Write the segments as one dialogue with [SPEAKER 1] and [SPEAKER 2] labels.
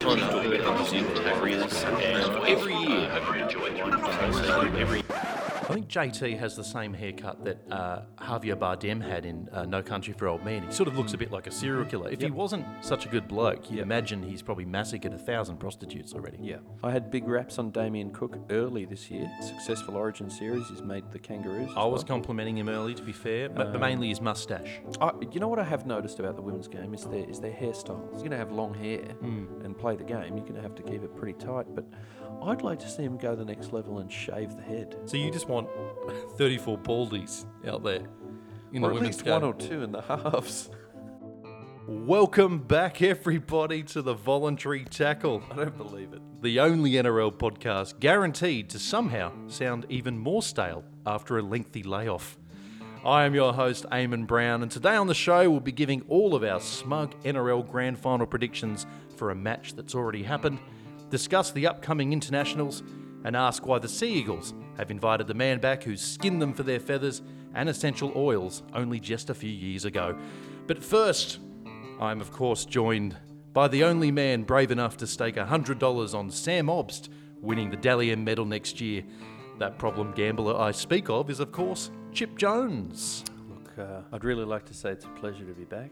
[SPEAKER 1] people enough that I'm seeing Tigers, and every year I could enjoy one. Every
[SPEAKER 2] I think JT has the same haircut that uh, Javier Bardem had in uh, No Country for Old Men. He sort of looks a bit like a
[SPEAKER 3] Mm-hmm.
[SPEAKER 2] serial killer. If he wasn't such a good bloke, you'd imagine he's probably massacred a thousand prostitutes already.
[SPEAKER 3] Yeah. I had big raps on Damien Cook early this year. Successful origin series. He's made the Kangaroos. as
[SPEAKER 2] I was
[SPEAKER 3] well.
[SPEAKER 2] complimenting him early, to be fair, but,
[SPEAKER 3] Uh.
[SPEAKER 2] but mainly his mustache.
[SPEAKER 3] I, you know what I have noticed about the women's game is their is their hairstyles. You're going to have long hair
[SPEAKER 2] Hmm.
[SPEAKER 3] and play the game. You're going to have to keep it pretty tight. But I'd like to see them go the next level and shave the head,
[SPEAKER 2] So you just want 34 baldies out there in the
[SPEAKER 3] or at
[SPEAKER 2] women's
[SPEAKER 3] least
[SPEAKER 2] game.
[SPEAKER 3] one or two in the halves.
[SPEAKER 2] Welcome back, everybody, to the Voluntary Tackle.
[SPEAKER 3] I don't believe it.
[SPEAKER 2] the only NRL podcast guaranteed to somehow sound even more stale after a lengthy layoff. I am your host, Eamon Brown, and today on the show we'll be giving all of our smug NRL grand final predictions for a match that's already happened, discuss the upcoming internationals, and ask why the Sea Eagles have invited the man back who skinned them for their feathers and essential oils only just a few years ago. But first, I'm, of course, joined by the only man brave enough to stake $100 on Sam Obst winning the Dalian medal next year. That problem gambler I speak of is, of course, Chip Jones.
[SPEAKER 3] Look, uh, I'd really like to say it's a pleasure to be back.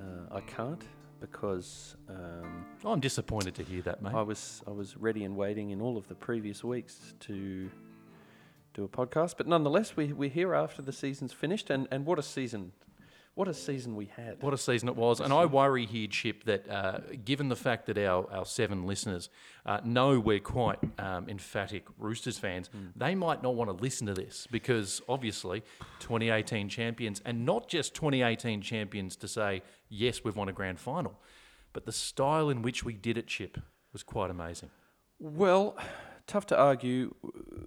[SPEAKER 3] Uh, I can't because um,
[SPEAKER 2] I'm disappointed to hear that, mate.
[SPEAKER 3] I was I was ready and waiting in all of the previous weeks to do a podcast, but nonetheless, we we're here after the season's finished, and, and what a season, what a season we had.
[SPEAKER 2] What a season it was. And I worry here, Chip, that uh, given the fact that our, our seven listeners uh, know we're quite um, emphatic Roosters fans, they might not want to listen to this because obviously 2018 champions, and not just 2018 champions to say, yes, we've won a grand final, but the style in which we did it, Chip, was quite amazing.
[SPEAKER 3] Well, tough to argue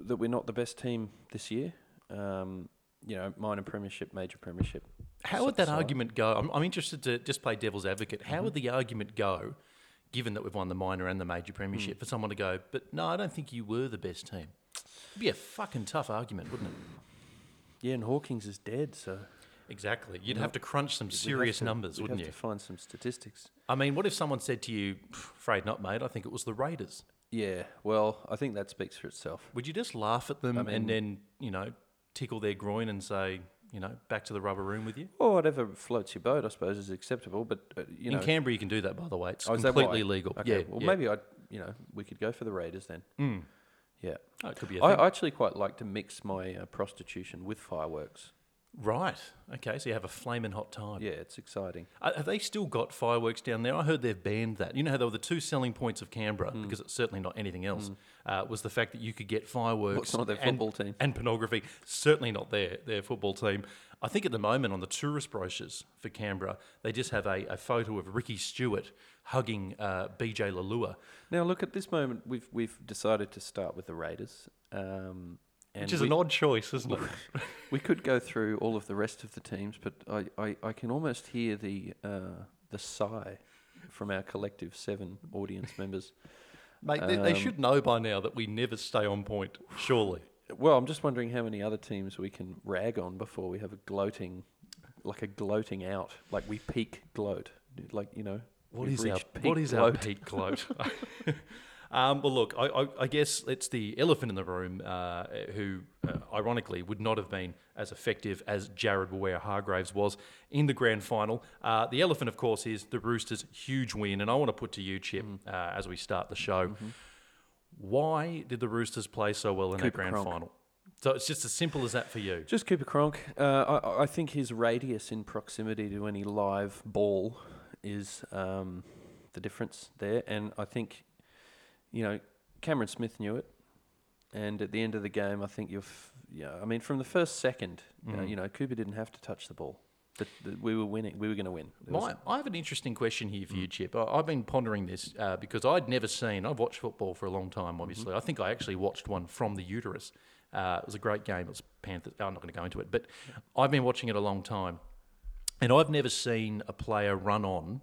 [SPEAKER 3] that we're not the best team this year. Um, you know, minor premiership, major premiership.
[SPEAKER 2] How would that argument go? I'm, I'm interested to just play devil's advocate. How would the argument go, given that we've won the minor and the major premiership, for someone to go, but no, I don't think you were the best team? It'd be a fucking tough argument, wouldn't it?
[SPEAKER 3] Yeah, and Hawkins is dead, so
[SPEAKER 2] Exactly. You'd have to crunch some serious numbers,
[SPEAKER 3] we
[SPEAKER 2] wouldn't
[SPEAKER 3] have
[SPEAKER 2] you?
[SPEAKER 3] to find some statistics.
[SPEAKER 2] I mean, what if someone said to you, afraid not, mate, I think it was the Raiders?
[SPEAKER 3] Yeah, well, I think that speaks for itself.
[SPEAKER 2] Would you just laugh at them and then, you know, tickle their groin and say, you know, back to the rubber room with you?
[SPEAKER 3] Or whatever floats your boat, I suppose, is acceptable. But uh, you know,
[SPEAKER 2] In Canberra, you can do that, by the way. It's
[SPEAKER 3] Oh, is that
[SPEAKER 2] completely
[SPEAKER 3] why?
[SPEAKER 2] legal.
[SPEAKER 3] Okay.
[SPEAKER 2] Yeah. Mm.
[SPEAKER 3] Well,
[SPEAKER 2] yeah.
[SPEAKER 3] maybe I, you know, we could go for the Raiders then. Yeah.
[SPEAKER 2] Oh, it could be a
[SPEAKER 3] I
[SPEAKER 2] thing.
[SPEAKER 3] I actually quite like to mix my uh, prostitution with fireworks.
[SPEAKER 2] Right. Okay. So you have a flaming hot time.
[SPEAKER 3] Yeah, it's exciting.
[SPEAKER 2] Uh, Have they still got fireworks down there? I heard they've banned that. You know how they were the two selling points of Canberra, because it's certainly not anything else, uh, was the fact that you could get fireworks
[SPEAKER 3] What's on their football
[SPEAKER 2] and,
[SPEAKER 3] team?
[SPEAKER 2] and pornography. Certainly not their their football team. I think at the moment on the tourist brochures for Canberra, they just have a, a photo of Ricky Stewart hugging uh, BJ Lalua,
[SPEAKER 3] Now, look at this moment. We've we've decided to start with the Raiders, um, and
[SPEAKER 2] which is
[SPEAKER 3] we,
[SPEAKER 2] an odd choice, isn't it?
[SPEAKER 3] we could go through all of the rest of the teams, but I, I, I can almost hear the uh, the sigh from our collective seven audience members.
[SPEAKER 2] Mate, they, they should know by now that we never stay on point, surely.
[SPEAKER 3] Well, I'm just wondering how many other teams we can rag on before we have a gloating, like a gloating out, like we peak gloat, like you know.
[SPEAKER 2] What
[SPEAKER 3] we've
[SPEAKER 2] is our
[SPEAKER 3] reached
[SPEAKER 2] what
[SPEAKER 3] peak
[SPEAKER 2] is our
[SPEAKER 3] gloat.
[SPEAKER 2] peak gloat? um, well, look, I, I, I guess it's the elephant in the room, uh, who uh, ironically would not have been as effective as Jared Ware Hargraves was in the grand final. Uh, the elephant, of course, is the Roosters' huge win, and I want to put to you, Chip, uh, as we start the show. Why did the Roosters play so well in that
[SPEAKER 3] Cooper
[SPEAKER 2] grand
[SPEAKER 3] Cronk.
[SPEAKER 2] final? So it's just as simple as that for you.
[SPEAKER 3] Just Cooper Cronk. Uh, I, I think his radius in proximity to any live ball is um, the difference there, and I think, you know, Cameron Smith knew it, and at the end of the game, I think you've, yeah, I mean, from the first second, uh,
[SPEAKER 2] Mm.
[SPEAKER 3] you know, Cooper didn't have to touch the ball. The, the, we were winning. We were going to win. There was
[SPEAKER 2] My, I have an interesting question here for you, Chip. I, I've been pondering this uh, because I'd never seen. I've watched football for a long time. Obviously, I think I actually watched one from the uterus. Uh, it was a great game. It was Panthers. I'm not going to go into it, but I've been watching it a long time, and I've never seen a player run on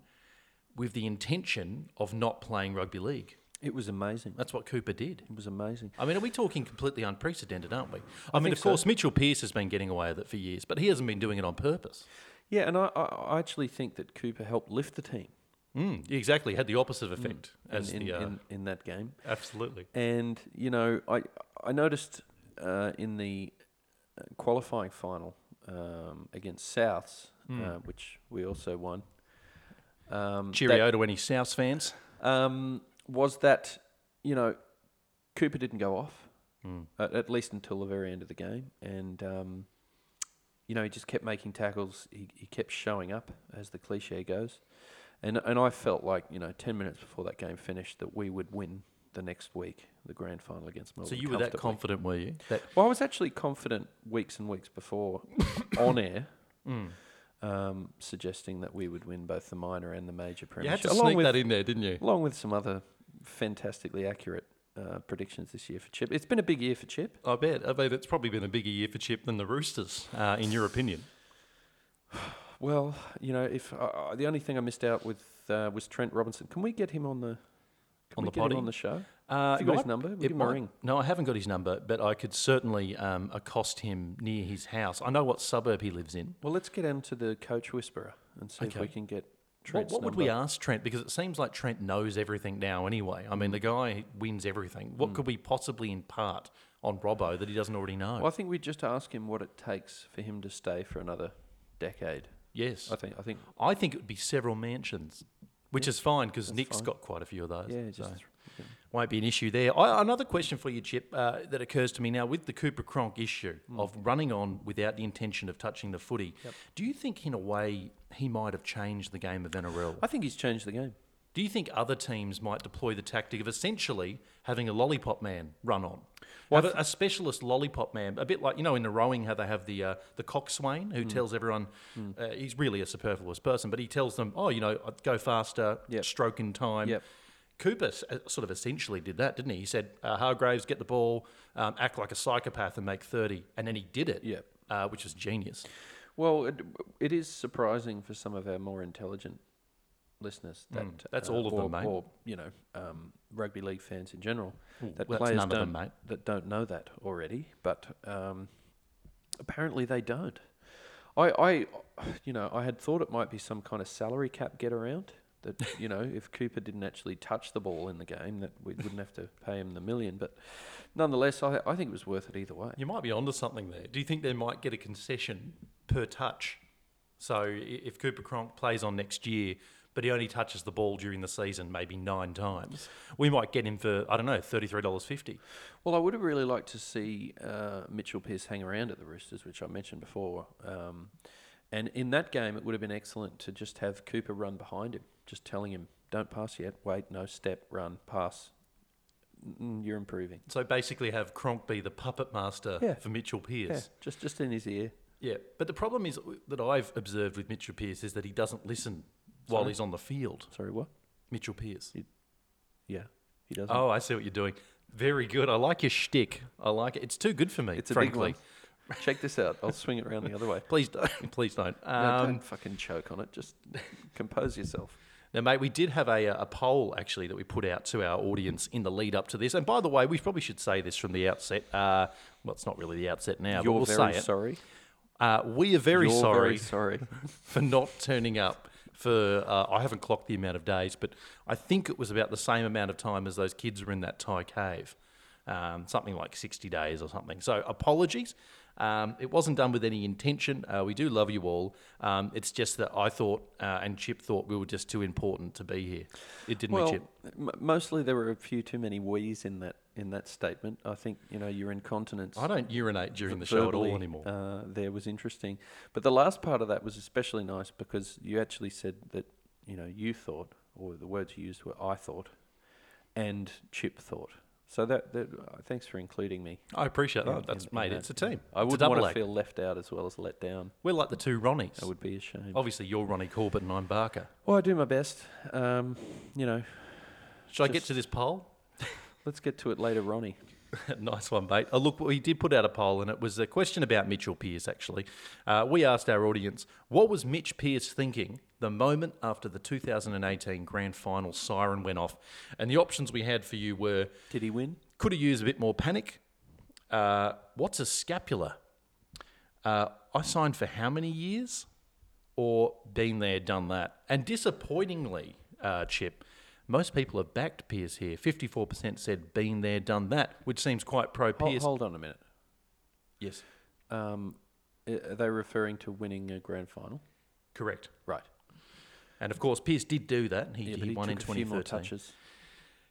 [SPEAKER 2] with the intention of not playing rugby league.
[SPEAKER 3] It was amazing.
[SPEAKER 2] That's what Cooper did.
[SPEAKER 3] It was amazing.
[SPEAKER 2] I mean, are we talking completely unprecedented, aren't we? I, mean,
[SPEAKER 3] think
[SPEAKER 2] of
[SPEAKER 3] so.
[SPEAKER 2] course, Mitchell Pearce has been getting away with it for years, but he hasn't been doing it on purpose.
[SPEAKER 3] Yeah, and I, I I actually think that Cooper helped lift the team.
[SPEAKER 2] Mm, exactly. Had the opposite effect as
[SPEAKER 3] in,
[SPEAKER 2] the. Uh,
[SPEAKER 3] in, in that game.
[SPEAKER 2] absolutely.
[SPEAKER 3] And you know, I I noticed uh, in the uh, qualifying final um, against Souths,
[SPEAKER 2] Hmm.
[SPEAKER 3] uh, which we also won. Um,
[SPEAKER 2] Cheerio to any Souths fans.
[SPEAKER 3] that, um, was that you know, Cooper didn't go off,
[SPEAKER 2] Hmm.
[SPEAKER 3] at, at least until the very end of the game, and um, you know he just kept making tackles. He he kept showing up, as the cliche goes, and and I felt like you know ten minutes before that game finished that we would win the next week, the grand final against Melbourne.
[SPEAKER 2] So you were that
[SPEAKER 3] Oh, comfortably.
[SPEAKER 2] confident, were you? That
[SPEAKER 3] Well, I was actually confident weeks and weeks before on air.
[SPEAKER 2] Hmm.
[SPEAKER 3] Um, suggesting that we would win both the minor and the major
[SPEAKER 2] you had
[SPEAKER 3] premiership,
[SPEAKER 2] to
[SPEAKER 3] along
[SPEAKER 2] sneak
[SPEAKER 3] with
[SPEAKER 2] that in there, didn't you?
[SPEAKER 3] along with some other fantastically accurate uh, predictions this year for Chip. It's been a big year for Chip.
[SPEAKER 2] I bet. I bet it's probably been a bigger year for Chip than the Roosters, uh, in your opinion.
[SPEAKER 3] Well, you know, if uh, uh, the only thing I missed out with uh, was Trent Robinson. Can we get him on the can
[SPEAKER 2] On
[SPEAKER 3] we
[SPEAKER 2] the
[SPEAKER 3] get
[SPEAKER 2] potty?
[SPEAKER 3] him on the show?
[SPEAKER 2] Uh,
[SPEAKER 3] Have you got
[SPEAKER 2] it might-
[SPEAKER 3] his number? We'll
[SPEAKER 2] it
[SPEAKER 3] give him a
[SPEAKER 2] might-
[SPEAKER 3] ring.
[SPEAKER 2] No, I haven't got his number, but I could certainly um, accost him near his house. I know what suburb he lives in.
[SPEAKER 3] Well, let's get him to the Coach Whisperer and see if we
[SPEAKER 2] Okay.
[SPEAKER 3] can get
[SPEAKER 2] What,
[SPEAKER 3] Trent's
[SPEAKER 2] what would we
[SPEAKER 3] number.
[SPEAKER 2] ask Trent? Because it seems like Trent knows everything now anyway. I mean, the guy wins everything.
[SPEAKER 3] Mm.
[SPEAKER 2] What could we possibly impart on Robbo that he doesn't already know?
[SPEAKER 3] Well, I think we just ask him what it takes for him to stay for another decade.
[SPEAKER 2] Yes.
[SPEAKER 3] I think. I think.
[SPEAKER 2] I think it would be several mansions, which is fine because Nick's
[SPEAKER 3] fine.
[SPEAKER 2] got quite a few of those.
[SPEAKER 3] Yeah, just
[SPEAKER 2] so won't be an issue there. I, another question for you, Chip, uh, that occurs to me now with the Cooper Cronk issue
[SPEAKER 3] Mm.
[SPEAKER 2] of running on without the intention of touching the footy. Do you think, in a way, he might have changed the game of NRL?
[SPEAKER 3] I think he's changed the game.
[SPEAKER 2] Do you think other teams might deploy the tactic of essentially having a lollipop man run on?
[SPEAKER 3] Well,
[SPEAKER 2] have a, a specialist lollipop man, a bit like, you know, in the rowing, how they have the uh, the coxswain
[SPEAKER 3] Mm.
[SPEAKER 2] who tells everyone, uh, he's really a superfluous person, but he tells them, oh, you know, go faster,
[SPEAKER 3] Yep.
[SPEAKER 2] stroke in time.
[SPEAKER 3] Yep.
[SPEAKER 2] Cooper s- uh, sort of essentially did that, didn't he? He said, uh, Hargraves, get the ball, um, act like a psychopath and make 30. And then he did it,
[SPEAKER 3] Yep.
[SPEAKER 2] uh, which is genius.
[SPEAKER 3] Well, it, it is surprising for some of our more intelligent listeners that
[SPEAKER 2] Mm,
[SPEAKER 3] uh,
[SPEAKER 2] that's all of
[SPEAKER 3] or,
[SPEAKER 2] them, mate.
[SPEAKER 3] or you know, um, rugby league fans in general that
[SPEAKER 2] well, that's
[SPEAKER 3] players
[SPEAKER 2] none of
[SPEAKER 3] don't
[SPEAKER 2] them, mate.
[SPEAKER 3] that don't know that already, but um, apparently they don't. I, I, you know, I had thought it might be some kind of salary cap get around that you know if Cooper didn't actually touch the ball in the game that we wouldn't have to pay him the million, but nonetheless, I, I think it was worth it either way.
[SPEAKER 2] You might be onto something there. Do you think they might get a concession per touch? So i- if Cooper Cronk plays on next year, but he only touches the ball during the season maybe nine times, we might get him for I don't know thirty three dollars fifty.
[SPEAKER 3] Well, I would have really liked to see uh, Mitchell Pearce hang around at the Roosters, which I mentioned before. Um, and in that game, it would have been excellent to just have Cooper run behind him, just telling him, "Don't pass yet. Wait, no step, run, pass. Mm, you're improving."
[SPEAKER 2] So basically, have Cronk be the puppet master
[SPEAKER 3] Yeah.
[SPEAKER 2] for Mitchell
[SPEAKER 3] Yeah,
[SPEAKER 2] Pearce.
[SPEAKER 3] just just in his ear.
[SPEAKER 2] Yeah. but the problem is uh, that I've observed with Mitchell Pearce is that he doesn't listen while he's on the field.
[SPEAKER 3] Sorry, what?
[SPEAKER 2] Mitchell Pearce.
[SPEAKER 3] Yeah, he doesn't.
[SPEAKER 2] Oh, I see what you're doing. Very good. I like your shtick. I like it. It's too good for me.
[SPEAKER 3] it's a
[SPEAKER 2] frankly.
[SPEAKER 3] big one. Check this out. I'll swing it around the other way.
[SPEAKER 2] Please don't. Please don't.
[SPEAKER 3] No,
[SPEAKER 2] Um,
[SPEAKER 3] don't fucking choke on it. Just compose yourself.
[SPEAKER 2] Now, mate, we did have a, a poll actually that we put out to our audience in the lead up to this. And by the way, we probably should say this from the outset. Uh, well, it's not really the outset now, but
[SPEAKER 3] You're
[SPEAKER 2] we'll
[SPEAKER 3] very
[SPEAKER 2] say it.
[SPEAKER 3] sorry.
[SPEAKER 2] Uh, we are very
[SPEAKER 3] You're
[SPEAKER 2] sorry
[SPEAKER 3] very sorry.
[SPEAKER 2] for not turning up. For uh, I haven't clocked the amount of days, but I think it was about the same amount of time as those kids were in that Thai cave, um, something like sixty days or something. So apologies. Um, it wasn't done with any intention. Uh, we do love you all. Um, it's just that I thought uh, and Chip thought we were just too important to be here. It didn't we,
[SPEAKER 3] Well,
[SPEAKER 2] Chip?
[SPEAKER 3] m- mostly there were a few too many we's in that in that statement. I think you know your incontinence.
[SPEAKER 2] I don't urinate during the show at all
[SPEAKER 3] verbally,
[SPEAKER 2] anymore.
[SPEAKER 3] Uh, there was interesting, but the last part of that was especially nice because you actually said that you know you thought, or the words you used were I thought, and Chip thought. So that, that uh, thanks for including me.
[SPEAKER 2] I appreciate
[SPEAKER 3] in-
[SPEAKER 2] that. That's
[SPEAKER 3] in-
[SPEAKER 2] mate.
[SPEAKER 3] in
[SPEAKER 2] It's a
[SPEAKER 3] that.
[SPEAKER 2] team.
[SPEAKER 3] I
[SPEAKER 2] It's a
[SPEAKER 3] would
[SPEAKER 2] double
[SPEAKER 3] want to
[SPEAKER 2] act.
[SPEAKER 3] feel left out as well as let down.
[SPEAKER 2] We're like the two Ronnies.
[SPEAKER 3] That would be a shame.
[SPEAKER 2] Obviously, you're Ronnie Corbett and I'm Barker.
[SPEAKER 3] Well, I do my best. Um, you know,
[SPEAKER 2] Should I get
[SPEAKER 3] Just-
[SPEAKER 2] to this poll?
[SPEAKER 3] let's get to it later, Ronnie.
[SPEAKER 2] nice one, mate. Oh, look, we did put out a poll, and it was a question about Mitchell Pearce, actually. Uh, we asked our audience, what was Mitch Pearce thinking the moment after the 2018 grand final siren went off? And the options we had for you were
[SPEAKER 3] Did he win?
[SPEAKER 2] could have used a bit more panic. Uh, what's a scapula? Uh, I signed for how many years? Or been there, done that? And disappointingly, uh, chip. Most people have backed Pierce here. 54% said been there, done that, which seems quite pro
[SPEAKER 3] Hol-
[SPEAKER 2] Pierce.
[SPEAKER 3] hold on a minute.
[SPEAKER 2] Yes,
[SPEAKER 3] Um, i- are they referring to winning a grand final?
[SPEAKER 2] correct.
[SPEAKER 3] Right.
[SPEAKER 2] And of course, Pierce did do that. He,
[SPEAKER 3] Yeah,
[SPEAKER 2] he,
[SPEAKER 3] but he
[SPEAKER 2] won in
[SPEAKER 3] took a few
[SPEAKER 2] 2013.
[SPEAKER 3] more touches.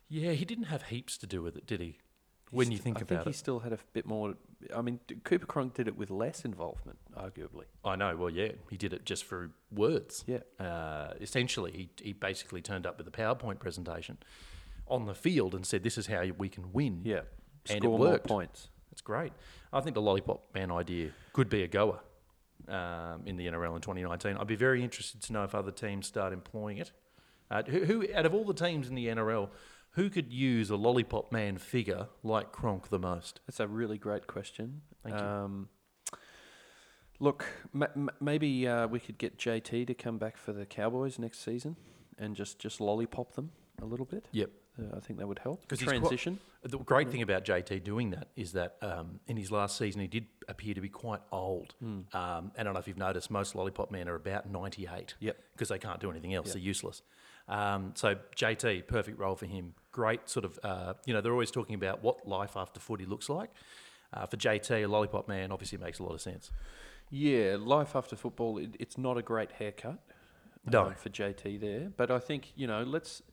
[SPEAKER 2] Yeah, he didn't have heaps to do with it, did he? When you think
[SPEAKER 3] I
[SPEAKER 2] about
[SPEAKER 3] think he
[SPEAKER 2] it,
[SPEAKER 3] still had a f- bit more. I mean, d- Cooper Cronk did it with less involvement, arguably.
[SPEAKER 2] I know. Well, yeah, he did it just through words.
[SPEAKER 3] Yeah.
[SPEAKER 2] Uh, essentially, he, he basically turned up with a PowerPoint presentation on the field and said, "This is how we can win."
[SPEAKER 3] Yeah.
[SPEAKER 2] And it
[SPEAKER 3] Score
[SPEAKER 2] worked.
[SPEAKER 3] more points.
[SPEAKER 2] That's great. I think the lollipop man idea could be a goer um, in the NRL in 2019. I'd be very interested to know if other teams start employing it. Uh, who, who, out of all the teams in the NRL, who could use a lollipop man figure like Kronk the most?
[SPEAKER 3] That's a really great question.
[SPEAKER 2] Thank you.
[SPEAKER 3] Um, look, ma- ma- maybe uh, we could get JT to come back for the Cowboys next season and just, just lollipop them a little bit.
[SPEAKER 2] Yep.
[SPEAKER 3] Uh, I think that would help.
[SPEAKER 2] 'Cause he's quite-
[SPEAKER 3] Transition.
[SPEAKER 2] The great thing about JT doing that is that um, in his last season, he did appear to be quite old.
[SPEAKER 3] Hmm.
[SPEAKER 2] Um, and I don't know if you've noticed, most Lollipop men are about 98
[SPEAKER 3] Yep.
[SPEAKER 2] because they can't do anything else. They're useless. Um, so JT, perfect role for him. Great sort of, uh, you know, they're always talking about what life after footy looks like. Uh, for JT, a Lollipop man obviously makes a lot of sense.
[SPEAKER 3] Yeah, life after football, it, it's not a great haircut.
[SPEAKER 2] No.
[SPEAKER 3] um, for JT there, but I think you know let's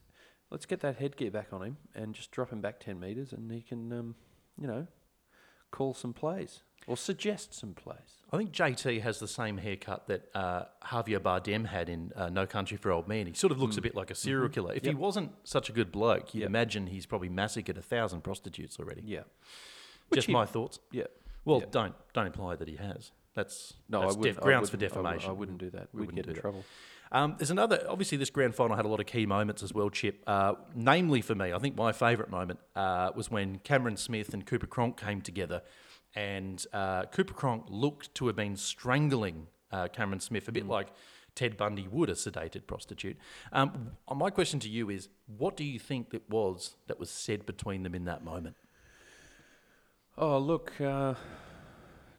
[SPEAKER 3] let's get that headgear back on him and just drop him back ten meters, and he can um, you know call some plays or suggest some plays.
[SPEAKER 2] I think JT has the same haircut that uh, Javier Bardem had in uh, No Country for Old Men. He sort of looks a bit like a serial killer. If he
[SPEAKER 3] Hmm. Mm-hmm. Yep.
[SPEAKER 2] wasn't such a good bloke, you'd
[SPEAKER 3] Yep.
[SPEAKER 2] imagine he's probably massacred a thousand prostitutes already.
[SPEAKER 3] Yeah, Which
[SPEAKER 2] Just
[SPEAKER 3] he-
[SPEAKER 2] my thoughts.
[SPEAKER 3] yeah.
[SPEAKER 2] Well,
[SPEAKER 3] Yep.
[SPEAKER 2] don't don't imply that he has. That's
[SPEAKER 3] No,
[SPEAKER 2] that's
[SPEAKER 3] I wouldn't.
[SPEAKER 2] def-
[SPEAKER 3] I
[SPEAKER 2] grounds for
[SPEAKER 3] wouldn't- I wou-
[SPEAKER 2] defamation.
[SPEAKER 3] I, wouldn't do that.
[SPEAKER 2] We
[SPEAKER 3] We'd
[SPEAKER 2] wouldn't
[SPEAKER 3] get
[SPEAKER 2] do
[SPEAKER 3] in
[SPEAKER 2] that.
[SPEAKER 3] trouble.
[SPEAKER 2] Um, there's another. Obviously, this grand final had a lot of key moments as well, Chip. Uh, namely, for me, I think my favourite moment uh, was when Cameron Smith and Cooper Cronk came together, and uh, Cooper Cronk looked to have been strangling uh, Cameron Smith, a bit like Ted Bundy would a sedated prostitute. Um, my question to you is, what do you think it was that was said between them in that moment?
[SPEAKER 3] Oh look, uh,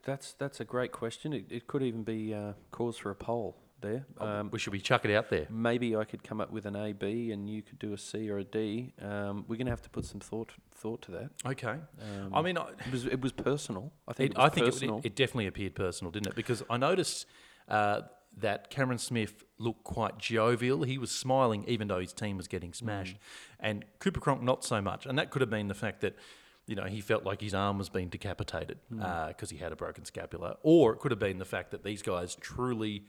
[SPEAKER 3] that's that's a great question. It, it could even be uh, cause for a poll there. Um,
[SPEAKER 2] we should we chuck it out there?
[SPEAKER 3] maybe I could come up with an A, B, and you could do a C or a D. Um, we're gonna have to put some thought thought to that.
[SPEAKER 2] Okay.
[SPEAKER 3] Um,
[SPEAKER 2] I mean, I,
[SPEAKER 3] It was it was personal. I
[SPEAKER 2] It,
[SPEAKER 3] think it, was
[SPEAKER 2] I think it,
[SPEAKER 3] personal.
[SPEAKER 2] it, it definitely appeared personal, didn't it? Because I noticed uh, that Cameron Smith looked quite jovial. He was smiling, even though his team was
[SPEAKER 3] Mm.
[SPEAKER 2] getting smashed, and Cooper Cronk not so much. And that could have been the fact that. You know, he felt like his arm was being decapitated
[SPEAKER 3] Mm.
[SPEAKER 2] because he had a broken scapula, or it could have been the fact that these guys truly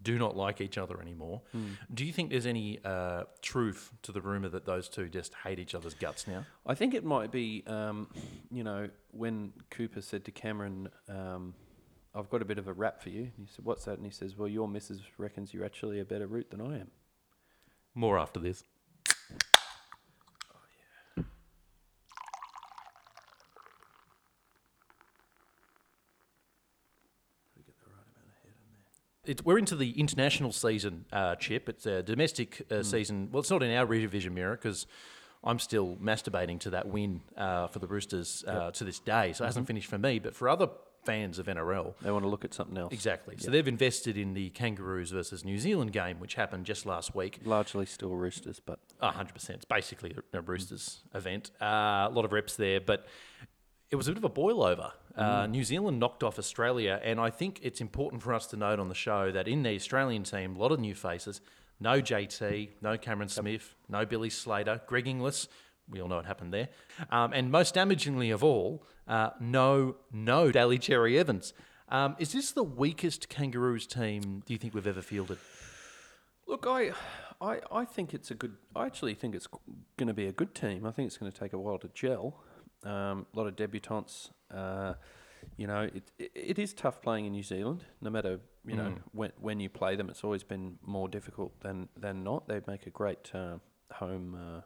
[SPEAKER 2] do not like each other anymore.
[SPEAKER 3] Mm.
[SPEAKER 2] Do you think there's any uh, truth to the rumor that those two just hate each other's guts now?
[SPEAKER 3] I think it might be, um, you know, when Cooper said to Cameron, um, "I've got a bit of a rap for you." And he said, "What's that?" And he says, "Well, your missus reckons you're actually a better route than I am."
[SPEAKER 2] More after this. It's, we're into the international season, uh, Chip. It's a domestic uh, season. Well, it's not in our revision mirror because I'm still masturbating to that win uh, for the Roosters uh, to this day. So it hasn't finished for me, but for other fans of NRL,
[SPEAKER 3] They want to look at something else.
[SPEAKER 2] exactly. So they've invested in the Kangaroos versus New Zealand game, which happened just last week.
[SPEAKER 3] Largely still roosters, but
[SPEAKER 2] A hundred percent. It's basically a Roosters event. Uh, a lot of reps there, but it was a bit of a boil over. Uh, New Zealand knocked off Australia, and I think it's important for us to note on the show that in the Australian team, a lot of new faces. No JT, no Cameron Smith, no Billy Slater, Greg Inglis. We all know what happened there. Um, and most damagingly of all, uh, no, no Daly Cherry Evans. Um, is this the weakest Kangaroos team do you think we've ever fielded?
[SPEAKER 3] look, I, I, I think it's a good. I actually think it's going to be a good team. I think it's going to take a while to gel. Um, a lot of debutants. Uh, you know, it, it it is tough playing in New Zealand. No matter you know when when you play them, it's always been more difficult than than not. They make a great uh, home uh,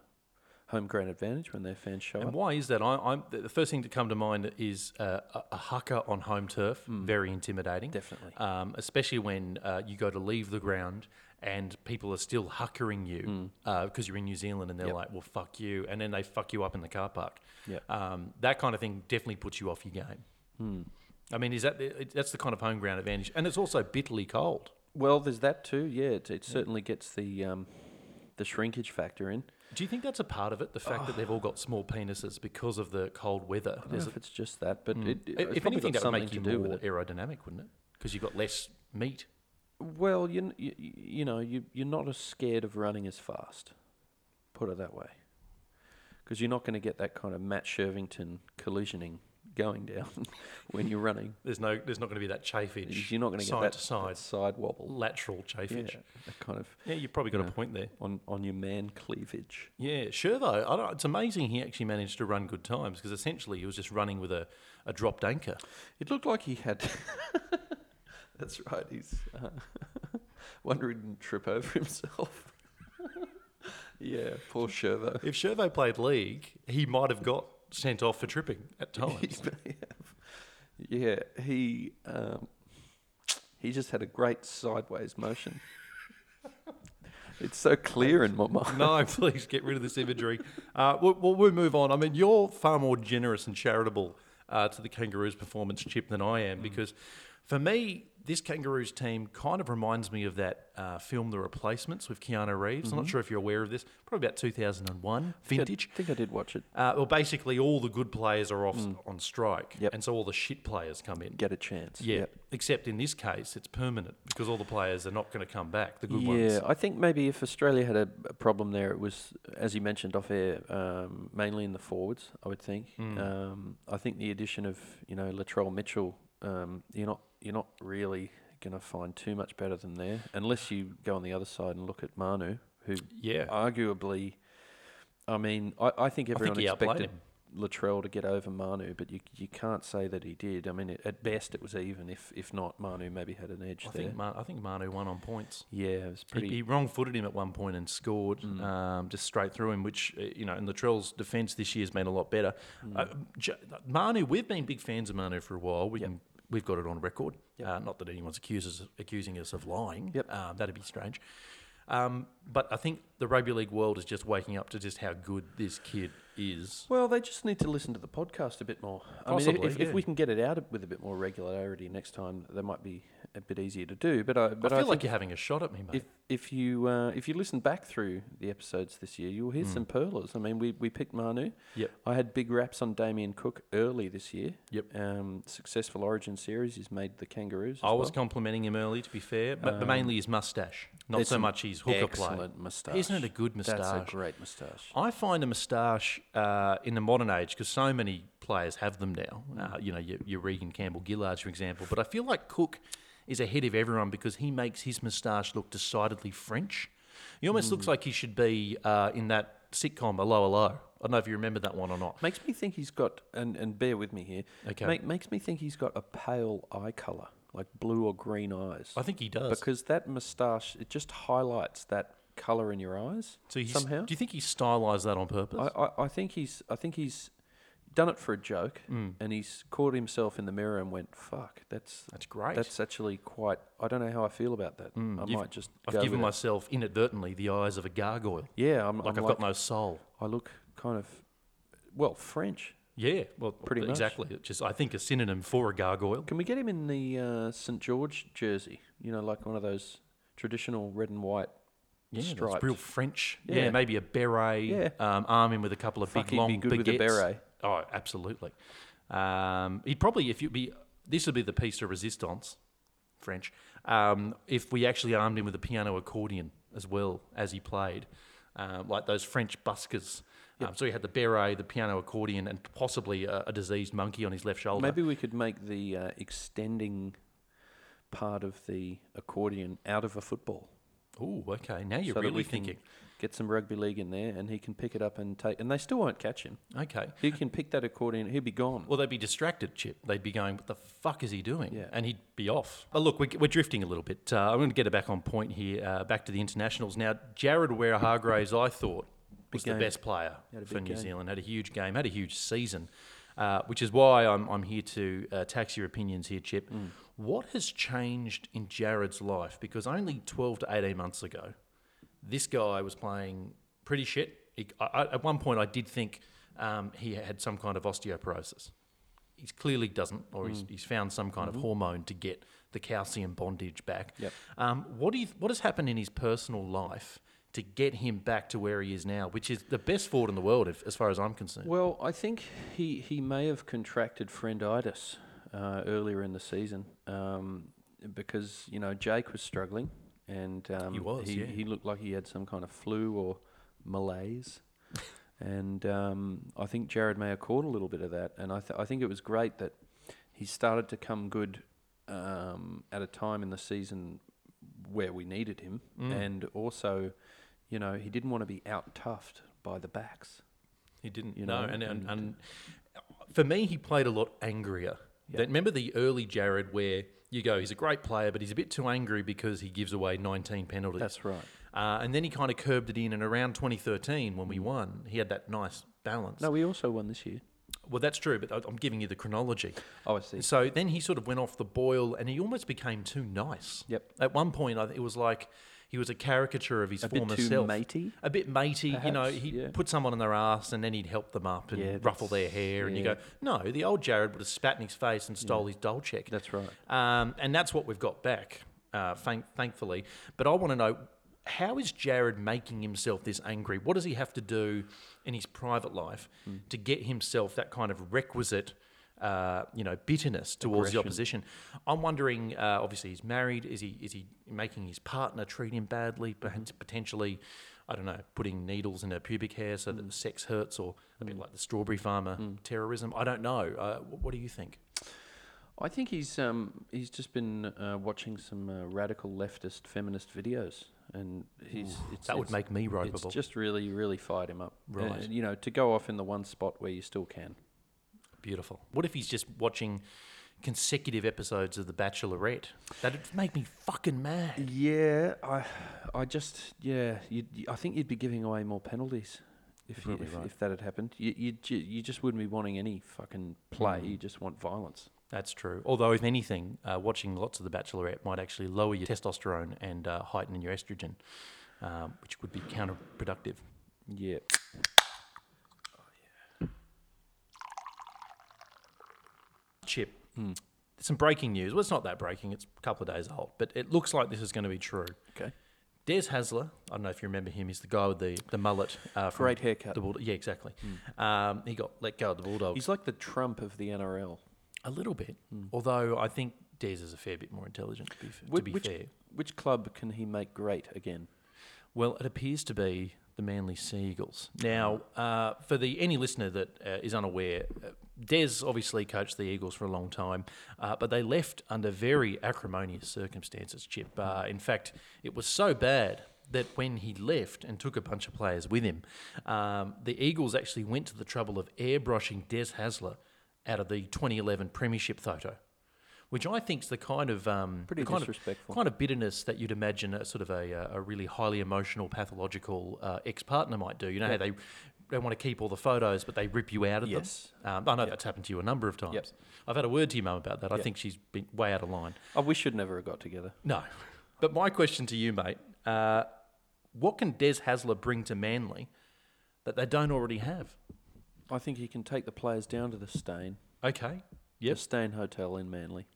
[SPEAKER 3] home ground advantage when their fans show
[SPEAKER 2] And
[SPEAKER 3] up.
[SPEAKER 2] why is that? I, I'm the the first thing to come to mind is uh, a, a haka on home turf,
[SPEAKER 3] Hmm.
[SPEAKER 2] very intimidating.
[SPEAKER 3] Definitely.
[SPEAKER 2] um, especially when uh, you go to leave the ground and people are still huckering you because you're in New Zealand, and they're
[SPEAKER 3] Hmm. Yep.
[SPEAKER 2] like, "Well, fuck you," and then they fuck you up in the car park.
[SPEAKER 3] Yep. Hmm.
[SPEAKER 2] um, that kind of thing definitely puts you off your game. I mean, is that the- that's the kind of home ground advantage, and it's also bitterly cold.
[SPEAKER 3] Mm. Well, there's that too. Yeah, it, it certainly gets the um, the shrinkage factor in.
[SPEAKER 2] Do you think that's a part of it? The fact that
[SPEAKER 3] Oh.
[SPEAKER 2] they've all got small penises because of the cold weather.
[SPEAKER 3] I don't know if it's just that, but it,
[SPEAKER 2] If-
[SPEAKER 3] it's
[SPEAKER 2] if
[SPEAKER 3] probably
[SPEAKER 2] anything,
[SPEAKER 3] got
[SPEAKER 2] that would make
[SPEAKER 3] something
[SPEAKER 2] you
[SPEAKER 3] to do
[SPEAKER 2] more
[SPEAKER 3] with it.
[SPEAKER 2] aerodynamic, wouldn't it? Because you've got less meat.
[SPEAKER 3] Well, you, kn- you you know you you're not as scared of running as fast. Put it that way, because you're not going to get that kind of Matt Shervington collisioning going down when you're running.
[SPEAKER 2] There's no. There's not going to be that chafage.
[SPEAKER 3] You're not going to get
[SPEAKER 2] side
[SPEAKER 3] that
[SPEAKER 2] to side
[SPEAKER 3] that side wobble.
[SPEAKER 2] lateral
[SPEAKER 3] Yeah,
[SPEAKER 2] chafage.
[SPEAKER 3] that kind of
[SPEAKER 2] Yeah, you've probably got
[SPEAKER 3] Yeah.
[SPEAKER 2] a point there.
[SPEAKER 3] on on your man cleavage.
[SPEAKER 2] Yeah, sure though. I don't, it's amazing he actually managed to run good times because essentially he was just running with a, a dropped anchor.
[SPEAKER 3] It looked like he had. That's right. He's uh, wonder he didn't trip over himself. yeah, poor Shervo.
[SPEAKER 2] If Shervo played league, he might have got sent off for tripping at times.
[SPEAKER 3] Yeah, he um, he just had a great sideways motion. it's so clear in my mind.
[SPEAKER 2] no, please get rid of this imagery. Uh, we'll, we'll, we'll move on. I mean, you're far more generous and charitable uh, to the Kangaroos' performance, Chip, than I
[SPEAKER 3] Mm.
[SPEAKER 2] am because for me, this Kangaroos team kind of reminds me of that uh, film, The Replacements, with Keanu Reeves.
[SPEAKER 3] Mm-hmm.
[SPEAKER 2] I'm not sure if you're aware of this. Probably about 2001, vintage.
[SPEAKER 3] I think I did watch it.
[SPEAKER 2] Uh, well, basically, all the good players are off on strike,
[SPEAKER 3] Mm. Yep.
[SPEAKER 2] and so all the shit players come in.
[SPEAKER 3] Get a chance.
[SPEAKER 2] Yeah. Except in this case, it's permanent because all the players are not going to come back. The good
[SPEAKER 3] yeah,
[SPEAKER 2] ones.
[SPEAKER 3] I think maybe if Australia had a, a problem there, it was, as you mentioned off air, um, mainly in the forwards, I would think.
[SPEAKER 2] Mm.
[SPEAKER 3] Um, I think the addition of, you know, Latrell Mitchell, um, you're not you're not really going to find too much better than there, unless you go on the other side and look at Manu, who
[SPEAKER 2] Yeah.
[SPEAKER 3] arguably, I mean, I, I think everyone
[SPEAKER 2] he outplayed
[SPEAKER 3] expected
[SPEAKER 2] him.
[SPEAKER 3] Latrell to get over Manu, but you you can't say that he did. I mean, it, at best it was even. If if not, Manu maybe had an edge
[SPEAKER 2] I
[SPEAKER 3] there.
[SPEAKER 2] think Ma- I think Manu won on points.
[SPEAKER 3] yeah, it was
[SPEAKER 2] He,
[SPEAKER 3] pretty.
[SPEAKER 2] he wrong-footed him at one point and scored um, just straight through him, which uh, you know. And Latrell's defence this year has been a lot better. Uh, J- Manu, we've been big fans of Manu for a while. We can, we've got it on record. Uh, not that anyone's accuses accusing us of lying.
[SPEAKER 3] Yep.
[SPEAKER 2] Um, that'd be strange. Um, but I think the rugby league world is just waking up to just how good this kid is.
[SPEAKER 3] Well, they just need to listen to the podcast a bit more. I mean,
[SPEAKER 2] Possibly,
[SPEAKER 3] if- if,
[SPEAKER 2] yeah.
[SPEAKER 3] if we can get it out with a bit more regularity next time, that might be a bit easier to do. But I, but
[SPEAKER 2] I feel
[SPEAKER 3] I, think
[SPEAKER 2] like you're having a shot at me, mate.
[SPEAKER 3] if if you uh, if you listen back through the episodes this year, you'll hear some pearlers. I mean, we we picked
[SPEAKER 2] Hmm.
[SPEAKER 3] Manu.
[SPEAKER 2] Yep.
[SPEAKER 3] I had big raps on Damien Cook early this year.
[SPEAKER 2] Yep.
[SPEAKER 3] Um, successful Origin series. He's made the Kangaroos. as
[SPEAKER 2] I was
[SPEAKER 3] well.
[SPEAKER 2] complimenting him early, to be fair, but, but mainly his mustache, not
[SPEAKER 3] it's
[SPEAKER 2] so
[SPEAKER 3] an
[SPEAKER 2] much his hooker Um, play.
[SPEAKER 3] excellent moustache.
[SPEAKER 2] Isn't it a good moustache?
[SPEAKER 3] That's a great moustache.
[SPEAKER 2] I find a moustache uh, in the modern age because so many players have them now.
[SPEAKER 3] Hmm.
[SPEAKER 2] Uh, you know, your, your Regan Campbell Gillard, for example. But I feel like Cook is ahead of everyone because he makes his moustache look decidedly French. He almost
[SPEAKER 3] Hmm.
[SPEAKER 2] looks like he should be uh, in that sitcom Hello Hello. I don't know if you remember that one or not.
[SPEAKER 3] Makes me think he's got, and, and bear with me here.
[SPEAKER 2] Okay.
[SPEAKER 3] Make, makes me think he's got a pale eye color, like blue or green eyes.
[SPEAKER 2] I think he Oh, does.
[SPEAKER 3] because that moustache, it just highlights that color in your eyes
[SPEAKER 2] so he's,
[SPEAKER 3] somehow.
[SPEAKER 2] do you think he stylized that on purpose?
[SPEAKER 3] I, I, I think he's, I think he's done it for a joke,
[SPEAKER 2] Mm.
[SPEAKER 3] and he's caught himself in the mirror and went, "Fuck, that's
[SPEAKER 2] That's great. Mm.
[SPEAKER 3] That's actually quite. I don't know how I feel about that. I
[SPEAKER 2] You've-
[SPEAKER 3] might just.
[SPEAKER 2] I've
[SPEAKER 3] go
[SPEAKER 2] given
[SPEAKER 3] with it.
[SPEAKER 2] myself inadvertently the eyes of a gargoyle.
[SPEAKER 3] Yeah, I'm
[SPEAKER 2] Like
[SPEAKER 3] I'm
[SPEAKER 2] I've got no soul.
[SPEAKER 3] I look kind of, well, French.
[SPEAKER 2] Yeah, well,
[SPEAKER 3] Pretty much.
[SPEAKER 2] exactly. It's just I think a synonym for a gargoyle.
[SPEAKER 3] Can we get him in the uh, St George jersey? You know, like one of those traditional red and white
[SPEAKER 2] Yeah, that's
[SPEAKER 3] stripes.
[SPEAKER 2] real French. Yeah,
[SPEAKER 3] Yeah.
[SPEAKER 2] maybe a beret.
[SPEAKER 3] Yeah.
[SPEAKER 2] um, arm him with a couple of
[SPEAKER 3] Fuck,
[SPEAKER 2] big
[SPEAKER 3] he'd be
[SPEAKER 2] long
[SPEAKER 3] good with a
[SPEAKER 2] baguettes.
[SPEAKER 3] beret.
[SPEAKER 2] Oh, absolutely. Um, he'd probably if you'd be this would be the piece of resistance, French. Um, if we actually armed him with a piano accordion as well as he played, um, like those French buskers. Um, so he had the beret, the piano accordion, and possibly a, a diseased monkey on his left shoulder.
[SPEAKER 3] Maybe we could make the uh, extending part of the accordion out of a football.
[SPEAKER 2] Oh, okay. Now you're
[SPEAKER 3] so that
[SPEAKER 2] really
[SPEAKER 3] we can
[SPEAKER 2] thinking.
[SPEAKER 3] Get some rugby league in there, and he can pick it up and take. And they still won't catch him.
[SPEAKER 2] Okay.
[SPEAKER 3] He can pick that accordion. He'll be gone.
[SPEAKER 2] Well, they'd be distracted, Chip. They'd be going, "What the fuck is he doing?"
[SPEAKER 3] Yeah.
[SPEAKER 2] And he'd be off. But look, we're, we're drifting a little bit. Uh, I'm going to get it back on point here. Uh, back to the internationals now. Jared Ware Hargraves, I thought, was the
[SPEAKER 3] game.
[SPEAKER 2] best player
[SPEAKER 3] Had a
[SPEAKER 2] for
[SPEAKER 3] big
[SPEAKER 2] New
[SPEAKER 3] game.
[SPEAKER 2] Zealand. Had a huge game. Had a huge season, uh, which is why I'm I'm here to uh, tax your opinions here, Chip.
[SPEAKER 3] Mm.
[SPEAKER 2] What has changed in Jared's life? Because only 12 to 18 months ago, this guy was playing pretty shit. He, I, I, at one point, I did think um, he had some kind of osteoporosis. He clearly doesn't, or he's,
[SPEAKER 3] Mm.
[SPEAKER 2] he's found some kind of hormone to get the calcium bondage back.
[SPEAKER 3] Mm-hmm. Yep.
[SPEAKER 2] Um, what, do you, what has happened in his personal life to get him back to where he is now, which is the best forward in the world, if, as far as I'm concerned.
[SPEAKER 3] Well, I think he, he may have contracted frienditis uh, earlier in the season um, because, you know, Jake was struggling and um,
[SPEAKER 2] He was, yeah.
[SPEAKER 3] he looked like he had some kind of flu or malaise. and um, I think Jared may have caught a little bit of that. And I, th- I think it was great that he started to come good um, at a time in the season where we needed him.
[SPEAKER 2] Mm.
[SPEAKER 3] And also, you know, he didn't want to be out toughed by the backs.
[SPEAKER 2] He didn't,
[SPEAKER 3] you
[SPEAKER 2] no,
[SPEAKER 3] know,
[SPEAKER 2] and, and, and for me, he played a lot angrier. That, remember the early Jared where you go, he's a great player, but he's a bit too angry because he gives away 19 penalties.
[SPEAKER 3] That's right.
[SPEAKER 2] Uh, and then he kind of curbed it in, and around 2013, when we won, he had that nice balance.
[SPEAKER 3] Mm. No, we also won this year.
[SPEAKER 2] Well, that's true, but I- I'm giving you the chronology.
[SPEAKER 3] Oh, I see.
[SPEAKER 2] So then he sort of went off the boil, and he almost became too nice.
[SPEAKER 3] Yep.
[SPEAKER 2] At one point, I th- it was like he was a caricature of his
[SPEAKER 3] A bit
[SPEAKER 2] former
[SPEAKER 3] too
[SPEAKER 2] self.
[SPEAKER 3] matey?
[SPEAKER 2] A bit matey. you know,
[SPEAKER 3] Perhaps,
[SPEAKER 2] he'd
[SPEAKER 3] yeah.
[SPEAKER 2] put someone on their ass, and then he'd help them up and
[SPEAKER 3] Yeah,
[SPEAKER 2] ruffle their
[SPEAKER 3] that's-
[SPEAKER 2] hair, and you
[SPEAKER 3] yeah.
[SPEAKER 2] go, no, the old Jared would have spat in his face and stole his dole check.
[SPEAKER 3] That's right.
[SPEAKER 2] Um, and that's what we've got back, uh, thank- thankfully. But I want to know how is Jared making himself this angry? What does he have to do in his private life to get himself that kind of requisite? Uh, you know, bitterness towards the opposition. I'm wondering. Uh, obviously, he's married. Is he is he making his partner treat him badly? Perhaps potentially, I don't know, putting needles in her pubic hair so that the sex hurts, or a bit like the strawberry farmer terrorism. I don't know. Uh, wh- what do you think?
[SPEAKER 3] I think he's um, he's just been uh, watching some uh, radical leftist feminist videos, and he's it's,
[SPEAKER 2] That would
[SPEAKER 3] it's-
[SPEAKER 2] make me
[SPEAKER 3] it's
[SPEAKER 2] ropeable.
[SPEAKER 3] just really really fired him up. Uh,
[SPEAKER 2] Right.
[SPEAKER 3] you know, to go off in the one spot where you still can.
[SPEAKER 2] Beautiful. What if he's just watching consecutive episodes of The Bachelorette? That'd make me fucking mad.
[SPEAKER 3] Yeah, I I just yeah, you'd, you- I think you'd be giving away more penalties if you,
[SPEAKER 2] probably
[SPEAKER 3] if,
[SPEAKER 2] right.
[SPEAKER 3] if that had happened. You you ju- you just wouldn't be wanting any fucking play. You just want violence.
[SPEAKER 2] That's true. Although, if anything, uh, watching lots of The Bachelorette might actually lower your testosterone and uh, heighten your estrogen, um, which would be counterproductive.
[SPEAKER 3] Yeah.
[SPEAKER 2] Chip,
[SPEAKER 3] Hmm.
[SPEAKER 2] some breaking news. Well, it's not that breaking, it's a couple of days old, but it looks like this is going to be true.
[SPEAKER 3] Okay.
[SPEAKER 2] Des Hasler, I don't know if you remember him, he's the guy with the, the mullet. Uh, from
[SPEAKER 3] Great Hmm. haircut.
[SPEAKER 2] The Bulldog. Yeah, exactly. Um, he got let go of the Bulldogs.
[SPEAKER 3] He's like the Trump of the NRL.
[SPEAKER 2] A little bit, although I think Des is a fair bit more intelligent. To be, f- to
[SPEAKER 3] Wh-
[SPEAKER 2] be
[SPEAKER 3] which,
[SPEAKER 2] fair,
[SPEAKER 3] Which club can he make great again?
[SPEAKER 2] well, it appears to be the Manly Seagulls. Now, uh, for the any listener that uh, is unaware, uh, Des obviously coached the Eagles for a long time, uh, but they left under very acrimonious circumstances. Chip, uh, in fact, it was so bad. That when he left and took a bunch of players with him, um, the Eagles actually went to the trouble of airbrushing Des Hasler out of the 2011 Premiership photo, which I think is the kind of um,
[SPEAKER 3] Pretty
[SPEAKER 2] the kind
[SPEAKER 3] disrespectful.
[SPEAKER 2] Of, kind of bitterness that you'd imagine a sort of a, uh, a really highly emotional, pathological uh, ex-partner might do. You know how they they want to keep all the photos, but they rip you out of
[SPEAKER 3] Yes.
[SPEAKER 2] them. Um, I know that's happened to you a number of times.
[SPEAKER 3] Yep.
[SPEAKER 2] I've had a word to your mum about that. I
[SPEAKER 3] Yep.
[SPEAKER 2] think she's been way out of line.
[SPEAKER 3] Oh, we should never have got together.
[SPEAKER 2] No, but my question to you, mate, uh, what can Des Hasler bring to Manly that they don't already have?
[SPEAKER 3] I think he can take the players down to the Stain,
[SPEAKER 2] Okay.
[SPEAKER 3] the Stain Hotel in Manly,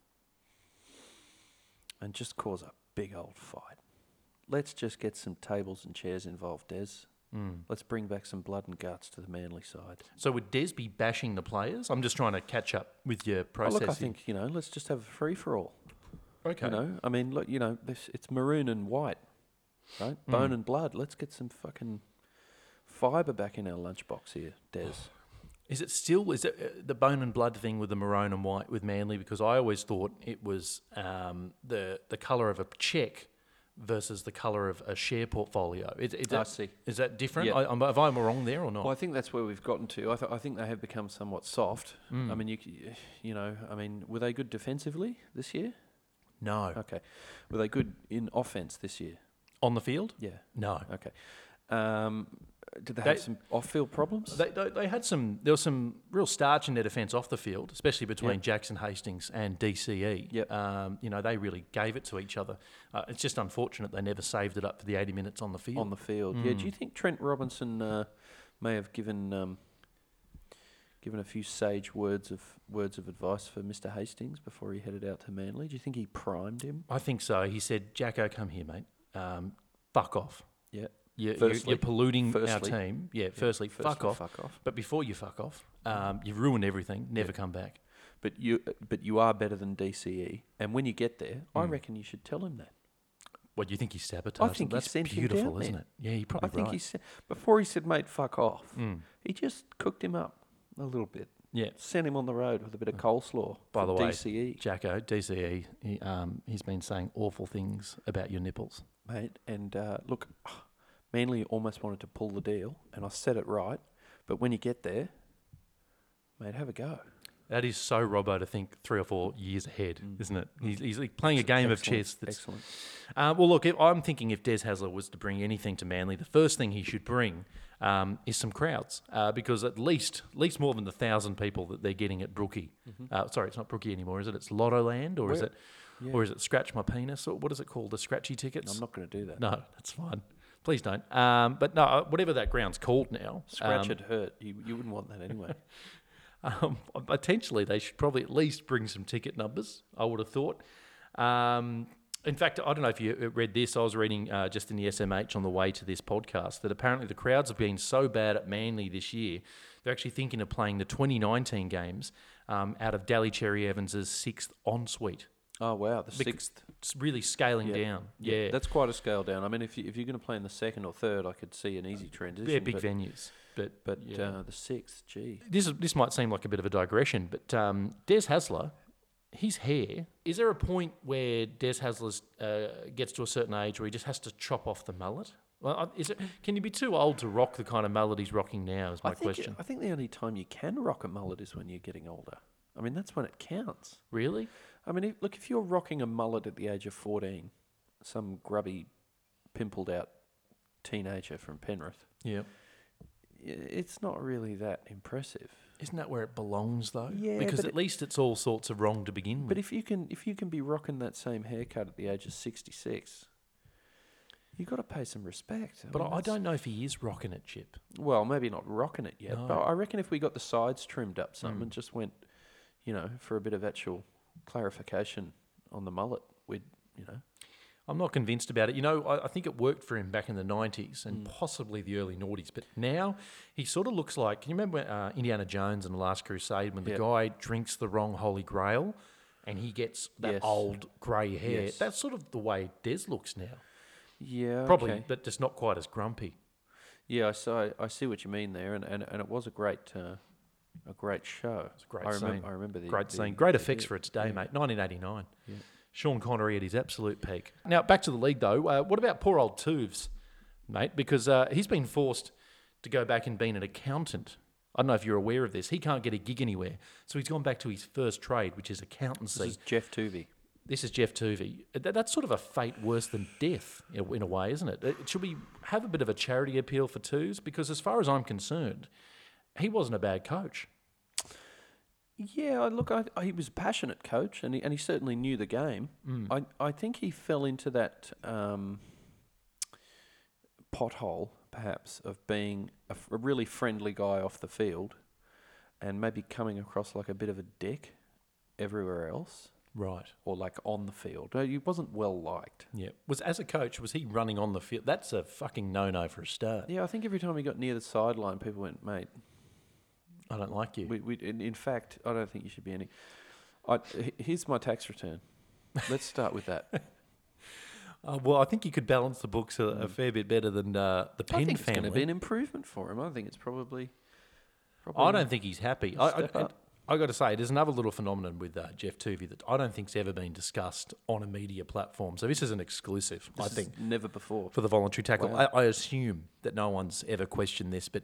[SPEAKER 3] and just cause a big old fight. Let's just get some tables and chairs involved, Des.
[SPEAKER 2] Hmm.
[SPEAKER 3] Mm. Let's bring back some blood and guts to the Manly side.
[SPEAKER 2] So would Des be bashing the players? I'm just trying to catch up with your
[SPEAKER 3] Oh,
[SPEAKER 2] process.
[SPEAKER 3] look, I
[SPEAKER 2] here.
[SPEAKER 3] think you know. Let's just have a free for all.
[SPEAKER 2] okay.
[SPEAKER 3] You know, I mean, look, you know, this, it's maroon and white, right? Bone and blood. Let's get some fucking fibre back in our lunchbox here, Des.
[SPEAKER 2] Is it still is it uh, the bone and blood thing with the maroon and white with Manly? Because I always thought it was um, the the color of a check versus the color of a share portfolio. Is, is
[SPEAKER 3] I
[SPEAKER 2] that,
[SPEAKER 3] see.
[SPEAKER 2] Is that different?
[SPEAKER 3] Yeah.
[SPEAKER 2] I, I'm, have I wrong there or not?
[SPEAKER 3] Well, I think that's where we've gotten to. I, th- I think they have become somewhat soft.
[SPEAKER 2] Hmm.
[SPEAKER 3] I mean, you, c- you know, I mean, were they good defensively this year?
[SPEAKER 2] no.
[SPEAKER 3] Okay. Were they good in offense this year?
[SPEAKER 2] On the field?
[SPEAKER 3] Yeah.
[SPEAKER 2] No.
[SPEAKER 3] Okay. Um, did they, have
[SPEAKER 2] They-
[SPEAKER 3] some off-field problems?
[SPEAKER 2] They, they, they had some. There was some real starch in their defence off the field, especially between
[SPEAKER 3] Yep.
[SPEAKER 2] Jackson Hastings and DCE.
[SPEAKER 3] Yep.
[SPEAKER 2] Um, you know they really gave it to each other. Uh, it's just unfortunate they never saved it up for the 80 minutes on the field. Hmm.
[SPEAKER 3] on the field. Yeah. Do you think Trent Robinson uh, may have given um, given a few sage words of words of advice for Mr. Hastings before he headed out to Manly? Do you think he primed him?
[SPEAKER 2] I think so. He said, Jacko, come here, mate. Um, fuck off.
[SPEAKER 3] Yeah.
[SPEAKER 2] You're, you
[SPEAKER 3] Firstly.
[SPEAKER 2] you're polluting
[SPEAKER 3] Firstly.
[SPEAKER 2] our team. Yeah, firstly,
[SPEAKER 3] firstly,
[SPEAKER 2] fuck off.
[SPEAKER 3] fuck off.
[SPEAKER 2] But before you fuck off, um, you've ruined everything. Never come back.
[SPEAKER 3] But you, but you are better than DCE. And when you get there, I
[SPEAKER 2] Hmm.
[SPEAKER 3] reckon you should tell him that.
[SPEAKER 2] What do you think he sabotaged?
[SPEAKER 3] think
[SPEAKER 2] them?
[SPEAKER 3] he
[SPEAKER 2] That's
[SPEAKER 3] sent him
[SPEAKER 2] beautiful,
[SPEAKER 3] down
[SPEAKER 2] isn't
[SPEAKER 3] there.
[SPEAKER 2] it? Yeah, you're probably
[SPEAKER 3] I think
[SPEAKER 2] right. Hmm. Mm.
[SPEAKER 3] he said before he said, "Mate, fuck off." He just cooked him up a little bit.
[SPEAKER 2] Yeah.
[SPEAKER 3] Sent him on the road with a bit of coleslaw.
[SPEAKER 2] Hmm. By
[SPEAKER 3] from E.
[SPEAKER 2] the way,
[SPEAKER 3] DCE
[SPEAKER 2] Jacko DCE, he, um, he's been saying awful things about your nipples.
[SPEAKER 3] mate. And uh, look, Manly almost wanted to pull the deal, and I said it right. But when you get there, mate, have a go.
[SPEAKER 2] That is so Robbo to think three or four years ahead, isn't it? He's, he's like playing a game of
[SPEAKER 3] Mm. Excellent,
[SPEAKER 2] chess. That's,
[SPEAKER 3] excellent.
[SPEAKER 2] Uh, well, look, if, I'm thinking if Des Hasler was to bring anything to Manly, the first thing he should bring um, is some crowds, uh, because at least, at least more than the thousand people that they're getting at Brookie. Uh, sorry, it's not Brookie anymore, is it? It's Lotto Land, or is
[SPEAKER 3] Mm-hmm. Where-
[SPEAKER 2] it, or is it Scratch My Penis, or what is it called? The scratchy tickets.
[SPEAKER 3] I'm not going to do that.
[SPEAKER 2] No, that's fine. Please don't. Um, but no, uh, whatever that ground's called now,
[SPEAKER 3] Scratch
[SPEAKER 2] um,
[SPEAKER 3] it hurt. You, you wouldn't want that anyway.
[SPEAKER 2] um, potentially they should probably at least bring some ticket numbers. I would have thought. Um, in fact, I don't know if you uh, read this. I was reading uh, just in the SMH on the way to this podcast that apparently the crowds have been so bad at Manly this year, they're actually thinking of playing the 2019 games um, out of Dally Cherry Evans's sixth ensuite.
[SPEAKER 3] oh wow, the
[SPEAKER 2] Bec-
[SPEAKER 3] sixth.
[SPEAKER 2] It's really scaling down. Yeah,
[SPEAKER 3] that's quite a scale down. I mean, if you, if you're going to play in the second or third, I could see an easy transition.
[SPEAKER 2] yeah, big
[SPEAKER 3] but,
[SPEAKER 2] venues. But
[SPEAKER 3] But
[SPEAKER 2] yeah.
[SPEAKER 3] uh, the sixth, gee,
[SPEAKER 2] this is, this might seem like a bit of a digression, but um, Des Hasler, his hair. Is there a point where Des Hasler uh, gets to a certain age where he just has to chop off the mullet? Well, I- is it? Can you be too old to rock the kind of mullet he's rocking now? Is my
[SPEAKER 3] I think,
[SPEAKER 2] question.
[SPEAKER 3] I think the only time you can rock a mullet is when you're getting older. I mean, that's when it counts.
[SPEAKER 2] Really?
[SPEAKER 3] I mean, if, look, if you're rocking a mullet at the age of 14, some grubby, pimpled out teenager from Penrith,
[SPEAKER 2] Yeah.
[SPEAKER 3] i- it's not really that impressive.
[SPEAKER 2] Isn't that where it belongs though?
[SPEAKER 3] Yeah,
[SPEAKER 2] Because
[SPEAKER 3] but
[SPEAKER 2] at
[SPEAKER 3] it-
[SPEAKER 2] least it's all sorts of wrong to begin
[SPEAKER 3] But
[SPEAKER 2] with.
[SPEAKER 3] if you can, if you can be rocking that same haircut at the age of 66, you got to pay some respect.
[SPEAKER 2] But I,
[SPEAKER 3] mean,
[SPEAKER 2] I
[SPEAKER 3] that's-
[SPEAKER 2] don't know if he is rocking it, Chip.
[SPEAKER 3] Well, maybe not rocking it yet, but
[SPEAKER 2] No. Hmm.
[SPEAKER 3] I reckon if we got the sides trimmed up some and just went, you know, for a bit of actual clarification on the mullet, we'd, you know,
[SPEAKER 2] I'm not convinced about it. You know, I, I think it worked for him back in the 90s
[SPEAKER 3] Mm.
[SPEAKER 2] and possibly the early noughties, but now he sort of looks like. Can you remember uh, Indiana Jones and the Last Crusade when the
[SPEAKER 3] Yep.
[SPEAKER 2] guy drinks the wrong Holy Grail and he gets that
[SPEAKER 3] Yes.
[SPEAKER 2] old grey hair?
[SPEAKER 3] Yes.
[SPEAKER 2] That's sort of the way Des looks now.
[SPEAKER 3] yeah,
[SPEAKER 2] Probably,
[SPEAKER 3] okay.
[SPEAKER 2] but just not quite as grumpy.
[SPEAKER 3] Yeah, I saw. I see what you mean there, and, and, and it was a great, uh, a great show. It's
[SPEAKER 2] a great
[SPEAKER 3] I remember.
[SPEAKER 2] scene.
[SPEAKER 3] I remember the
[SPEAKER 2] Great
[SPEAKER 3] the-
[SPEAKER 2] scene. Great effects for its day, mate. 1989. Sean Connery at his absolute peak. Now, back to the league, though. Uh, what about poor old Tooves, mate? Because uh, he's been forced to go back and being an accountant. I don't know if you're aware of this. He can't get a gig anywhere. So he's gone back to his first trade, which is accountancy.
[SPEAKER 3] This is Jeff Tuvey.
[SPEAKER 2] This is Jeff Tovey. That, that's sort of a fate worse than death in a, in a way, isn't it? it? Should we have a bit of a charity appeal for Tooves? Because as far as I'm concerned, he wasn't a bad coach.
[SPEAKER 3] Yeah, I- look, I, I, he was a passionate coach, and he, and he certainly knew the game. I, I think he fell into that um, pothole, perhaps, of being a, f- a really friendly guy off the field, and maybe coming across like a bit of a dick everywhere else,
[SPEAKER 2] Right.
[SPEAKER 3] or like on the field. Uh, He wasn't well liked.
[SPEAKER 2] Yeah. Was as a coach, was he running on the field? That's a fucking no no for a start.
[SPEAKER 3] Yeah, I think every time he got near the sideline, people went, "Mate,
[SPEAKER 2] I don't like you.
[SPEAKER 3] we, we in, in fact, I don't think you should be any." I, h- here's my tax return. Let's start with that.
[SPEAKER 2] Uh, well, I think you could balance the books a, a fair bit better than uh, the
[SPEAKER 3] Mm. I
[SPEAKER 2] Penn
[SPEAKER 3] think it's going to be
[SPEAKER 2] family.
[SPEAKER 3] an improvement for him. I think it's probably. probably
[SPEAKER 2] I don't think he's happy. I, I,
[SPEAKER 3] Step up.
[SPEAKER 2] I got to say, there's another little phenomenon with uh, Jeff Tuvey that I don't think's ever been discussed on a media platform. So this is an exclusive, I
[SPEAKER 3] this is
[SPEAKER 2] think,
[SPEAKER 3] never before.
[SPEAKER 2] for the voluntary tackle. I, I assume that no one's ever questioned this, but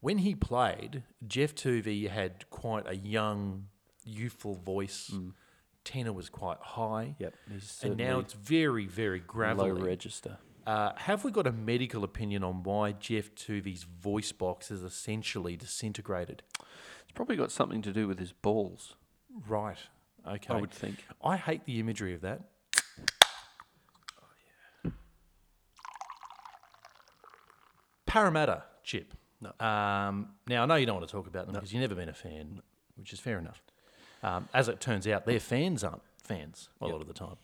[SPEAKER 2] when he played, Jeff Tuvey had quite a young, youthful voice.
[SPEAKER 3] Mm.
[SPEAKER 2] Tenor was quite high.
[SPEAKER 3] Yep, he's
[SPEAKER 2] and now
[SPEAKER 3] certainly
[SPEAKER 2] it's very, very
[SPEAKER 3] low
[SPEAKER 2] gravelly.
[SPEAKER 3] register.
[SPEAKER 2] Uh, have we got a medical opinion on why Jeff Tuvey's voice box is essentially disintegrated?
[SPEAKER 3] It's probably got something to do with his balls.
[SPEAKER 2] Right. Okay.
[SPEAKER 3] I would think.
[SPEAKER 2] I hate the imagery of that. Parramatta chip.
[SPEAKER 3] No.
[SPEAKER 2] Um, now I know you don't want to talk about them because you've never been a fan, which is fair enough. Um, as it turns out, their fans aren't fans a lot of the time.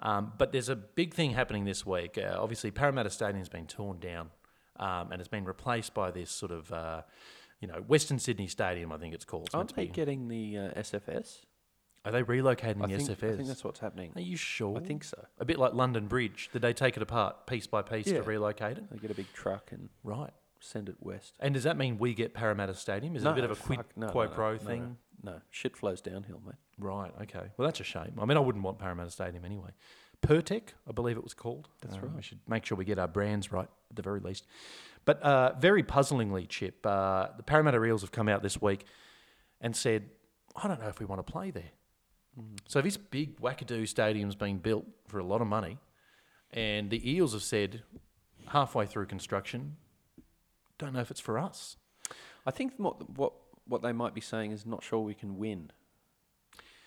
[SPEAKER 3] Mm.
[SPEAKER 2] Um, but there's a big thing happening this week. Uh, obviously, Parramatta Stadium's been torn down um, and it's been replaced by this sort of, uh, you know, Western Sydney Stadium, I think it's called. It's meant
[SPEAKER 3] Aren't
[SPEAKER 2] to
[SPEAKER 3] they
[SPEAKER 2] be-
[SPEAKER 3] getting the uh, SFS?
[SPEAKER 2] Are they relocating
[SPEAKER 3] I
[SPEAKER 2] the
[SPEAKER 3] think,
[SPEAKER 2] SFS?
[SPEAKER 3] I think that's what's happening.
[SPEAKER 2] Are you sure?
[SPEAKER 3] I think so.
[SPEAKER 2] A bit like London Bridge. Did they take it apart piece by piece
[SPEAKER 3] Yeah.
[SPEAKER 2] to relocate it?
[SPEAKER 3] They get a big truck and
[SPEAKER 2] Right.
[SPEAKER 3] send it west.
[SPEAKER 2] And does that mean we get Parramatta Stadium? Is it a bit of a quid
[SPEAKER 3] fuck, no,
[SPEAKER 2] quo
[SPEAKER 3] no, no,
[SPEAKER 2] pro
[SPEAKER 3] no, no.
[SPEAKER 2] thing?
[SPEAKER 3] No, shit flows downhill, mate.
[SPEAKER 2] Right. Okay. Well, that's a shame. I mean, I wouldn't want Parramatta Stadium anyway. Pertec, I believe it was called. That's right. We should make sure we get our brands right at the very least. But uh, very puzzlingly, Chip, uh, the Parramatta Eels have come out this week and said, "I don't know if we want to play there." So this big wackadoo stadium's been built for a lot of money, and the Eels have said halfway through construction, "Don't know if it's for us."
[SPEAKER 3] I think what what what they might be saying is not sure we can win.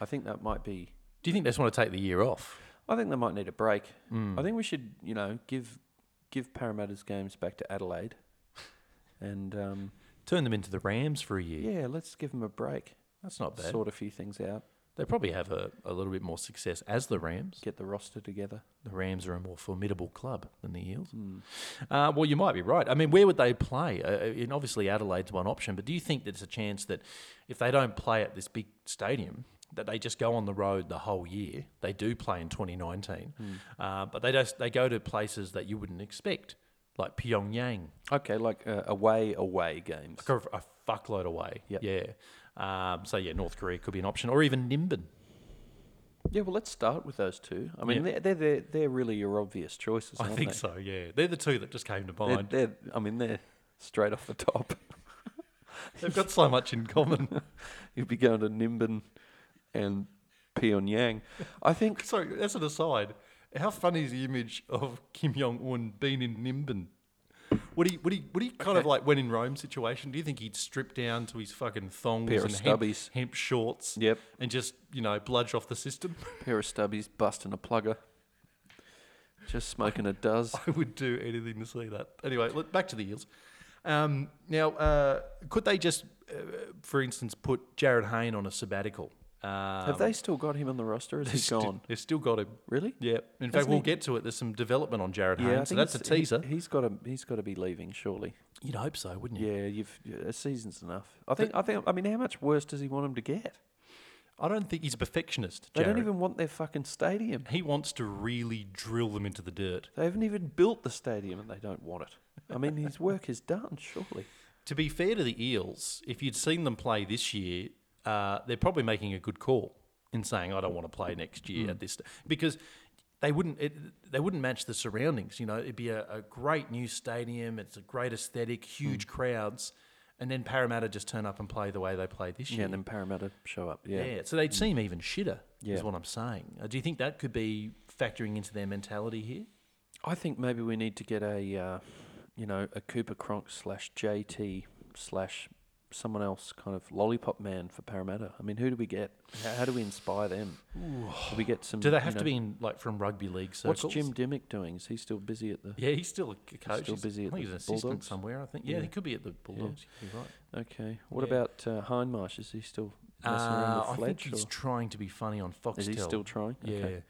[SPEAKER 3] I think that might be.
[SPEAKER 2] Do you think they just want to take the year off?
[SPEAKER 3] I think they might need a break.
[SPEAKER 2] Hmm.
[SPEAKER 3] I think we should, you know, give give Parramatta's games back to Adelaide, and um,
[SPEAKER 2] Turn them into the Rams for a year.
[SPEAKER 3] yeah, let's give them a break.
[SPEAKER 2] That's not bad.
[SPEAKER 3] Sort a few things out.
[SPEAKER 2] They probably have a, a little bit more success as the Rams.
[SPEAKER 3] Get the roster together. Hmm.
[SPEAKER 2] The Rams are a more formidable club than the Eels. Uh, well, you might be right. I mean, where would they play? Uh, and obviously, Adelaide's one option, but do you think there's a chance that if they don't play at this big stadium, that they just go on the road the whole year? They do play in 2019, uh, but they just they go to places that you wouldn't expect, like Pyongyang,
[SPEAKER 3] Okay, like uh, away away games.
[SPEAKER 2] a a fuckload away.
[SPEAKER 3] Yep.
[SPEAKER 2] Yeah. Um, so yeah, North Korea could be an option, or even Nimbin.
[SPEAKER 3] Yeah, well, let's start with those two. I mean,
[SPEAKER 2] Yeah.
[SPEAKER 3] they're, they're they're they're really your obvious choices.
[SPEAKER 2] I
[SPEAKER 3] aren't
[SPEAKER 2] think
[SPEAKER 3] they?
[SPEAKER 2] so. Yeah, they're the two that just came to
[SPEAKER 3] They're,
[SPEAKER 2] mind.
[SPEAKER 3] they're, I mean, they're straight off the top.
[SPEAKER 2] They've got so much in common.
[SPEAKER 3] You'd be going to Nimbin and Pyongyang. I think
[SPEAKER 2] Sorry, that's an aside. How funny is the image of Kim Jong Un being in Nimbin? Would he, would he, would he kind of like when in Rome situation? Do you think he'd strip down to his fucking thongs
[SPEAKER 3] Pair of
[SPEAKER 2] and hemp,
[SPEAKER 3] stubbies.
[SPEAKER 2] hemp shorts?
[SPEAKER 3] Yep.
[SPEAKER 2] and just you know bludge off the system.
[SPEAKER 3] pair of stubbies busting a plugger, just smoking a does.
[SPEAKER 2] I would do anything to see that. Anyway, look, back to the Eels. Um, now, uh, could they just, uh, for instance, put Jared Hayne on a sabbatical? Um,
[SPEAKER 3] Have they still got him on the roster? Is he
[SPEAKER 2] sti-
[SPEAKER 3] gone?
[SPEAKER 2] they've still got him.
[SPEAKER 3] Really?
[SPEAKER 2] Yeah. In fact,
[SPEAKER 3] Hasn't
[SPEAKER 2] we'll
[SPEAKER 3] he-
[SPEAKER 2] get to it. There's some development on Jared
[SPEAKER 3] I
[SPEAKER 2] Hayne, so
[SPEAKER 3] think
[SPEAKER 2] that's a
[SPEAKER 3] it's- he-
[SPEAKER 2] teaser.
[SPEAKER 3] he's got to he's got to be leaving surely.
[SPEAKER 2] You'd hope so, wouldn't you?
[SPEAKER 3] Yeah, you've a season's enough. I think I think I mean how much worse does he want him to get?
[SPEAKER 2] I don't think he's a perfectionist.
[SPEAKER 3] They
[SPEAKER 2] Jared.
[SPEAKER 3] don't even want their fucking stadium.
[SPEAKER 2] He wants to really drill them into the dirt.
[SPEAKER 3] They haven't even built the stadium and they don't want it. I mean, his work is done, surely.
[SPEAKER 2] To be fair to the Eels, if you'd seen them play this year, uh, they're probably making a good call in saying, "I don't want to play next
[SPEAKER 3] Mm.
[SPEAKER 2] year at this," st-" because they wouldn't it, they wouldn't match the surroundings. You know, it'd be a, a great new stadium. It's a great aesthetic,
[SPEAKER 3] Mm.
[SPEAKER 2] huge crowds, and then Parramatta just turn up and play the way they played this year.
[SPEAKER 3] Yeah, and then Parramatta show up.
[SPEAKER 2] Yeah.
[SPEAKER 3] Yeah. Mm.
[SPEAKER 2] so they'd seem even shitter,
[SPEAKER 3] Yeah.
[SPEAKER 2] is what I'm saying. Uh, do you think that could be factoring into their mentality here?
[SPEAKER 3] I think maybe we need to get a, uh, you know, a Cooper Cronk slash JT slash someone else kind of lollipop man for Parramatta. I mean, who do we get? How, how do we inspire them? Do we get some?
[SPEAKER 2] Do they
[SPEAKER 3] you
[SPEAKER 2] have to
[SPEAKER 3] know-
[SPEAKER 2] be in like from rugby league circles?
[SPEAKER 3] What's Jim Dimmick doing? Is he still busy at the?
[SPEAKER 2] Yeah, he's still a c- coach.
[SPEAKER 3] still
[SPEAKER 2] He's-
[SPEAKER 3] busy
[SPEAKER 2] I think
[SPEAKER 3] at the
[SPEAKER 2] he's an assistant
[SPEAKER 3] Bulldogs?
[SPEAKER 2] somewhere. I think. Yeah, he could be at the Bulldogs. You're right.
[SPEAKER 3] Okay. What
[SPEAKER 2] Yeah.
[SPEAKER 3] about uh, Hindmarsh? Is he still messing
[SPEAKER 2] Uh,
[SPEAKER 3] around
[SPEAKER 2] I think
[SPEAKER 3] with Fletch?
[SPEAKER 2] he's
[SPEAKER 3] or-
[SPEAKER 2] trying to be funny on Foxtel.
[SPEAKER 3] Is he still trying?
[SPEAKER 2] Yeah.
[SPEAKER 3] Okay.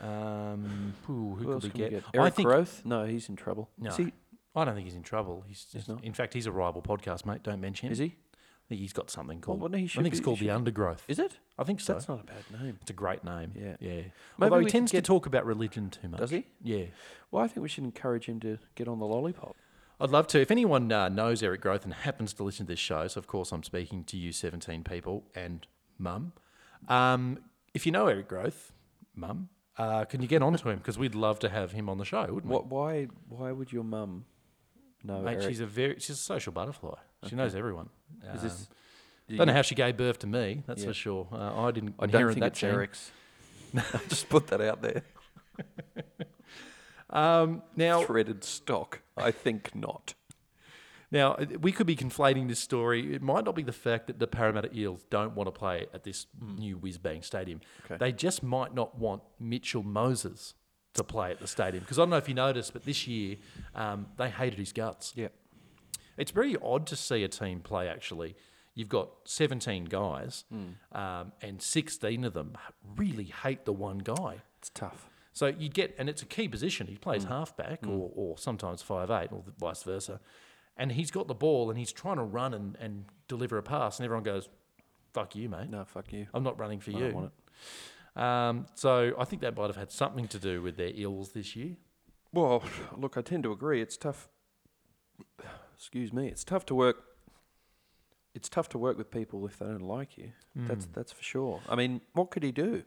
[SPEAKER 2] Um, ooh, who
[SPEAKER 3] Who
[SPEAKER 2] could
[SPEAKER 3] else
[SPEAKER 2] we
[SPEAKER 3] can
[SPEAKER 2] get?
[SPEAKER 3] we get?
[SPEAKER 2] I
[SPEAKER 3] Eric
[SPEAKER 2] think.
[SPEAKER 3] Groth? No, he's in trouble.
[SPEAKER 2] No,
[SPEAKER 3] Is he?
[SPEAKER 2] I don't think he's in trouble. He's, just,
[SPEAKER 3] not?
[SPEAKER 2] in fact, he's a rival podcast mate. Don't mention him.
[SPEAKER 3] Is he?
[SPEAKER 2] I think he's got something called.
[SPEAKER 3] well, no, he
[SPEAKER 2] I
[SPEAKER 3] should
[SPEAKER 2] think it's
[SPEAKER 3] be- he
[SPEAKER 2] called
[SPEAKER 3] should
[SPEAKER 2] the Undergrowth.
[SPEAKER 3] Is it?
[SPEAKER 2] I think so.
[SPEAKER 3] That's not a bad name.
[SPEAKER 2] It's a great name.
[SPEAKER 3] Yeah.
[SPEAKER 2] yeah.
[SPEAKER 3] Maybe
[SPEAKER 2] Although
[SPEAKER 3] we
[SPEAKER 2] he
[SPEAKER 3] could
[SPEAKER 2] tends
[SPEAKER 3] get-
[SPEAKER 2] to talk about religion too much.
[SPEAKER 3] Does he?
[SPEAKER 2] Yeah.
[SPEAKER 3] Well, I think we should encourage him to get on the lollipop.
[SPEAKER 2] I'd love to. If anyone uh, knows Eric Groth and happens to listen to this show, so of course I'm speaking to you, 17 people, and mum. Um, if you know Eric Groth, mum, uh, can you get on to him? Because we'd love to have him on the show, wouldn't
[SPEAKER 3] What? Why? Why would your mum know?
[SPEAKER 2] we? Mate,
[SPEAKER 3] Eric?
[SPEAKER 2] she's a very she's a social butterfly. She knows everyone. Um,
[SPEAKER 3] Is this?
[SPEAKER 2] don't know how she gave birth to me. That's
[SPEAKER 3] Yeah.
[SPEAKER 2] for sure. Uh, I didn't
[SPEAKER 3] I don't
[SPEAKER 2] inherit
[SPEAKER 3] think
[SPEAKER 2] that
[SPEAKER 3] it's
[SPEAKER 2] gene.
[SPEAKER 3] Eric's. Just put that out there.
[SPEAKER 2] Um, now,
[SPEAKER 3] Threaded stock. I think not.
[SPEAKER 2] Now, we could be conflating this story. It might not be the fact that the Parramatta Eels don't want to play at this new whiz bang stadium.
[SPEAKER 3] Hmm. Okay.
[SPEAKER 2] They just might not want Mitchell Moses to play at the stadium. Because I don't know if you noticed, but this year um, they hated his guts.
[SPEAKER 3] Yeah.
[SPEAKER 2] It's very odd to see a team play, actually. you've got 17 guys,
[SPEAKER 3] Hmm.
[SPEAKER 2] um, and 16 of them really hate the one guy.
[SPEAKER 3] It's tough.
[SPEAKER 2] So you get, and it's a key position. He plays halfback or, or sometimes five eight or vice versa. And he's got the ball and he's trying to run and, and deliver a pass, and everyone goes, fuck you, mate.
[SPEAKER 3] No, fuck you.
[SPEAKER 2] I'm not running for
[SPEAKER 3] I
[SPEAKER 2] you.
[SPEAKER 3] don't want
[SPEAKER 2] Um, so I think that might have had something to do with their ills this year.
[SPEAKER 3] Well, look, I tend to agree. It's tough. Excuse me. It's tough to work. It's tough to work with people if they don't like you.
[SPEAKER 2] Mm.
[SPEAKER 3] That's that's for sure. I mean, what could he do?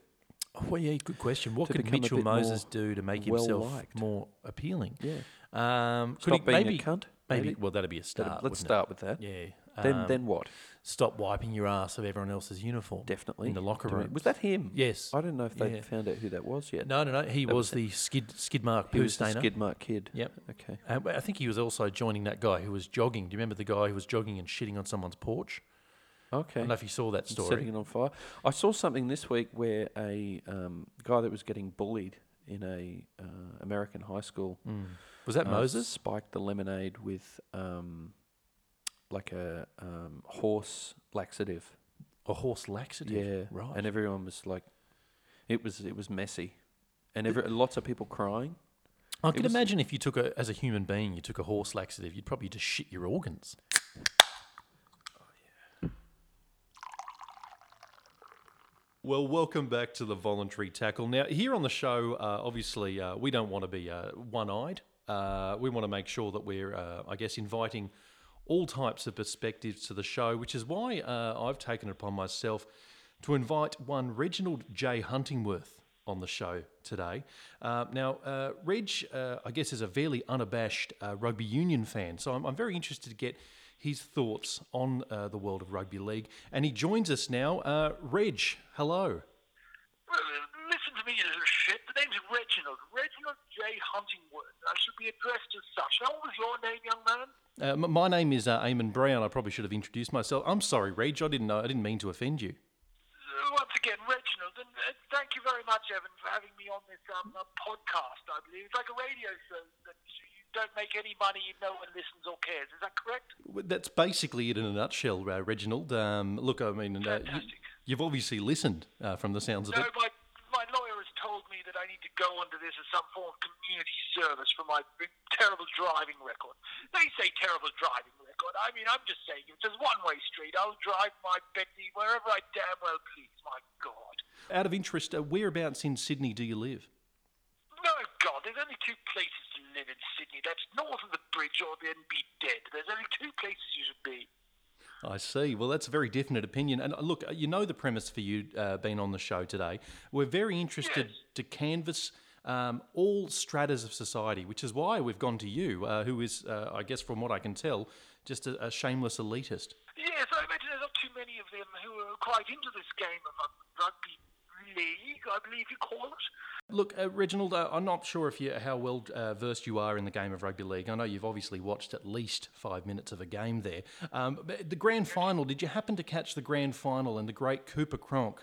[SPEAKER 2] Oh, Well, yeah, good question. What
[SPEAKER 3] To
[SPEAKER 2] could
[SPEAKER 3] become a
[SPEAKER 2] Mitchell
[SPEAKER 3] bit more
[SPEAKER 2] Moses do to make himself
[SPEAKER 3] well-liked.
[SPEAKER 2] more appealing?
[SPEAKER 3] Yeah,
[SPEAKER 2] Um, could
[SPEAKER 3] stop
[SPEAKER 2] he,
[SPEAKER 3] being
[SPEAKER 2] maybe,
[SPEAKER 3] a cunt.
[SPEAKER 2] Maybe, well, that'd be a
[SPEAKER 3] That'd-
[SPEAKER 2] start.
[SPEAKER 3] let's
[SPEAKER 2] wouldn't
[SPEAKER 3] start with that.
[SPEAKER 2] it? Yeah.
[SPEAKER 3] Then
[SPEAKER 2] Um,
[SPEAKER 3] then what?
[SPEAKER 2] stop wiping your ass of everyone else's uniform.
[SPEAKER 3] Definitely
[SPEAKER 2] in the locker
[SPEAKER 3] Do it.
[SPEAKER 2] room.
[SPEAKER 3] Was that him?
[SPEAKER 2] Yes.
[SPEAKER 3] I don't know if they
[SPEAKER 2] Yeah.
[SPEAKER 3] found out who that was yet.
[SPEAKER 2] No, no, no. He
[SPEAKER 3] That
[SPEAKER 2] was
[SPEAKER 3] was
[SPEAKER 2] the skid skid mark
[SPEAKER 3] he
[SPEAKER 2] poo
[SPEAKER 3] was the
[SPEAKER 2] stainer.
[SPEAKER 3] Skidmark kid.
[SPEAKER 2] Yep.
[SPEAKER 3] Okay.
[SPEAKER 2] Uh, but I think he was also joining that guy who was jogging. Do you remember the guy who was jogging and shitting on someone's porch?
[SPEAKER 3] Okay.
[SPEAKER 2] I don't know if you saw that
[SPEAKER 3] and
[SPEAKER 2] story.
[SPEAKER 3] Setting it on fire. I saw something this week where a um, guy that was getting bullied in a uh, American high school
[SPEAKER 2] Mm. Was that
[SPEAKER 3] uh,
[SPEAKER 2] Moses?
[SPEAKER 3] spiked the lemonade with um, like a um, horse laxative.
[SPEAKER 2] A horse laxative?
[SPEAKER 3] Yeah,
[SPEAKER 2] Right.
[SPEAKER 3] And everyone was like, it was it was messy, and every, lots of people crying.
[SPEAKER 2] I could
[SPEAKER 3] was-
[SPEAKER 2] imagine if you took a, as a human being, you took a horse laxative, you'd probably just shit your organs. Well, welcome back to the voluntary tackle. Now, here on the show, uh, obviously, uh, we don't want to be uh, one eyed. Uh, we want to make sure that we're, uh, I guess, inviting all types of perspectives to the show, which is why uh, I've taken it upon myself to invite one Reginald J. Huntingworth on the show today. Uh, now, uh, Reg, uh, I guess, is a fairly unabashed uh, rugby union fan, so I'm, I'm very interested to get his thoughts on uh, the world of rugby league. And he joins us now. Uh, Reg, hello.
[SPEAKER 4] Well, listen to me, you little shit. The name's Reginald. Reginald J. Huntingworth. I should be addressed as such. Now, what was your name, young man?
[SPEAKER 2] Uh, m- my name is uh, Eamon Brown. I probably should have introduced myself. I'm sorry, Reg. I didn't know. I didn't mean to offend you.
[SPEAKER 4] Uh, Once again, Reginald, and uh, thank you very much, Evan, for having me on this um, uh, podcast. I believe it's like a radio show that you don't make any money, no one listens or cares. Is that correct?
[SPEAKER 2] Well, That's basically it in a nutshell, uh, Reginald. Um, look, I mean, uh, you,
[SPEAKER 4] Fantastic.
[SPEAKER 2] you've obviously listened uh, from the sounds of
[SPEAKER 4] No,
[SPEAKER 2] it.
[SPEAKER 4] my my lawyer has told me that I need to go onto this as some form of community service for my terrible driving record. They say terrible driving record. I mean, I'm just saying it's a one-way street. I'll drive my Bentley wherever I damn well please. My God.
[SPEAKER 2] Out of interest, uh, whereabouts in Sydney do you live?
[SPEAKER 4] No, God, there's only two places to live in Sydney. That's north of the bridge or then be dead. There's only two places you should be.
[SPEAKER 2] I see. Well, that's a very definite opinion. And uh, look, you know the premise for you uh, being on the show today. We're very interested
[SPEAKER 4] Yes.
[SPEAKER 2] to canvass um, all stratas of society, which is why we've gone to you, uh, who is, uh, I guess, from what I can tell, just a, a shameless elitist.
[SPEAKER 4] Yes, I imagine there's not too many of them who are quite into this game of um, rugby league, I believe you call it.
[SPEAKER 2] Look, uh, Reginald, uh, I'm not sure if you how well uh, versed you are in the game of rugby league. I know you've obviously watched at least five minutes of a game there. Um, but the grand final, did you happen to catch the grand final and the great Cooper Cronk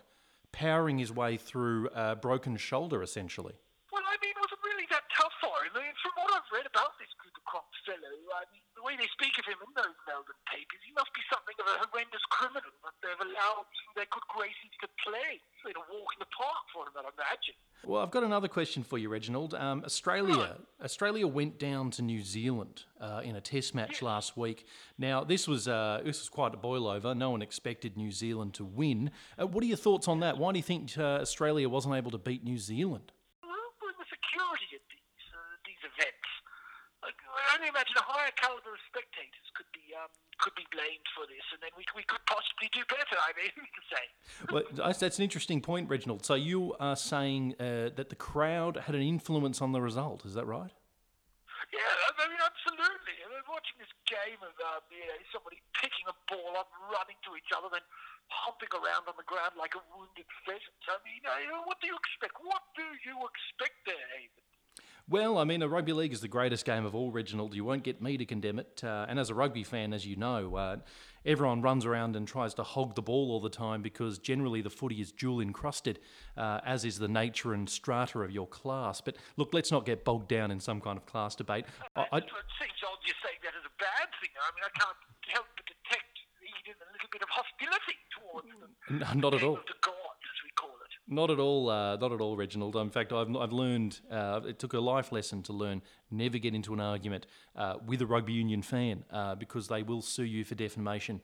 [SPEAKER 2] powering his way through a broken shoulder, essentially?
[SPEAKER 4] Well, I mean, it wasn't really that tough for him. I mean, from what I've read about this Cooper Croft fellow, I mean, the way they speak of him in those Melbourne papers, he must be something of a horrendous criminal that they've allowed their good graces to play. It's been a walk in the park for him, I imagine.
[SPEAKER 2] Well, I've got another question for you, Reginald. Um, Australia, Australia went down to New Zealand uh, in a Test match last week. Now, this was uh, this was quite a boil over. No one expected New Zealand to win. Uh, what are your thoughts on that? Why do you think uh, Australia wasn't able to beat New Zealand?
[SPEAKER 4] Well, with the security at these uh, these events, like, I only imagine a higher caliber of spectators could be um, could be blamed for this, and then we, we could possibly do better. I mean, who's to say?
[SPEAKER 2] Well, that's, that's an interesting point, Reginald. So you are saying uh, that the crowd had an influence on the result. Is that right?
[SPEAKER 4] Yeah, I mean, absolutely. I mean, watching this game of um, you know, somebody picking a ball up, running to each other, then humping around on the ground like a wounded pheasant. I mean, uh, what do you expect? What do you expect there, Haven?
[SPEAKER 2] Well, I mean, the rugby league is the greatest game of all, Reginald. You won't get me to condemn it. Uh, and as a rugby fan, as you know, uh, everyone runs around and tries to hog the ball all the time because generally the footy is jewel encrusted, uh, as is the nature and strata of your class. But look, let's not get bogged down in some kind of class debate. I, I,
[SPEAKER 4] It seems odd you're saying that as a bad thing. I mean, I can't help but detect even a little bit of hostility.
[SPEAKER 2] N- Not at
[SPEAKER 4] Game
[SPEAKER 2] all.
[SPEAKER 4] of the gods, as we call it.
[SPEAKER 2] Not at all. Uh, not at all, Reginald. In fact, I've, I've learned uh, it took a life lesson to learn never get into an argument uh, with a rugby union fan uh, because they will sue you for defamation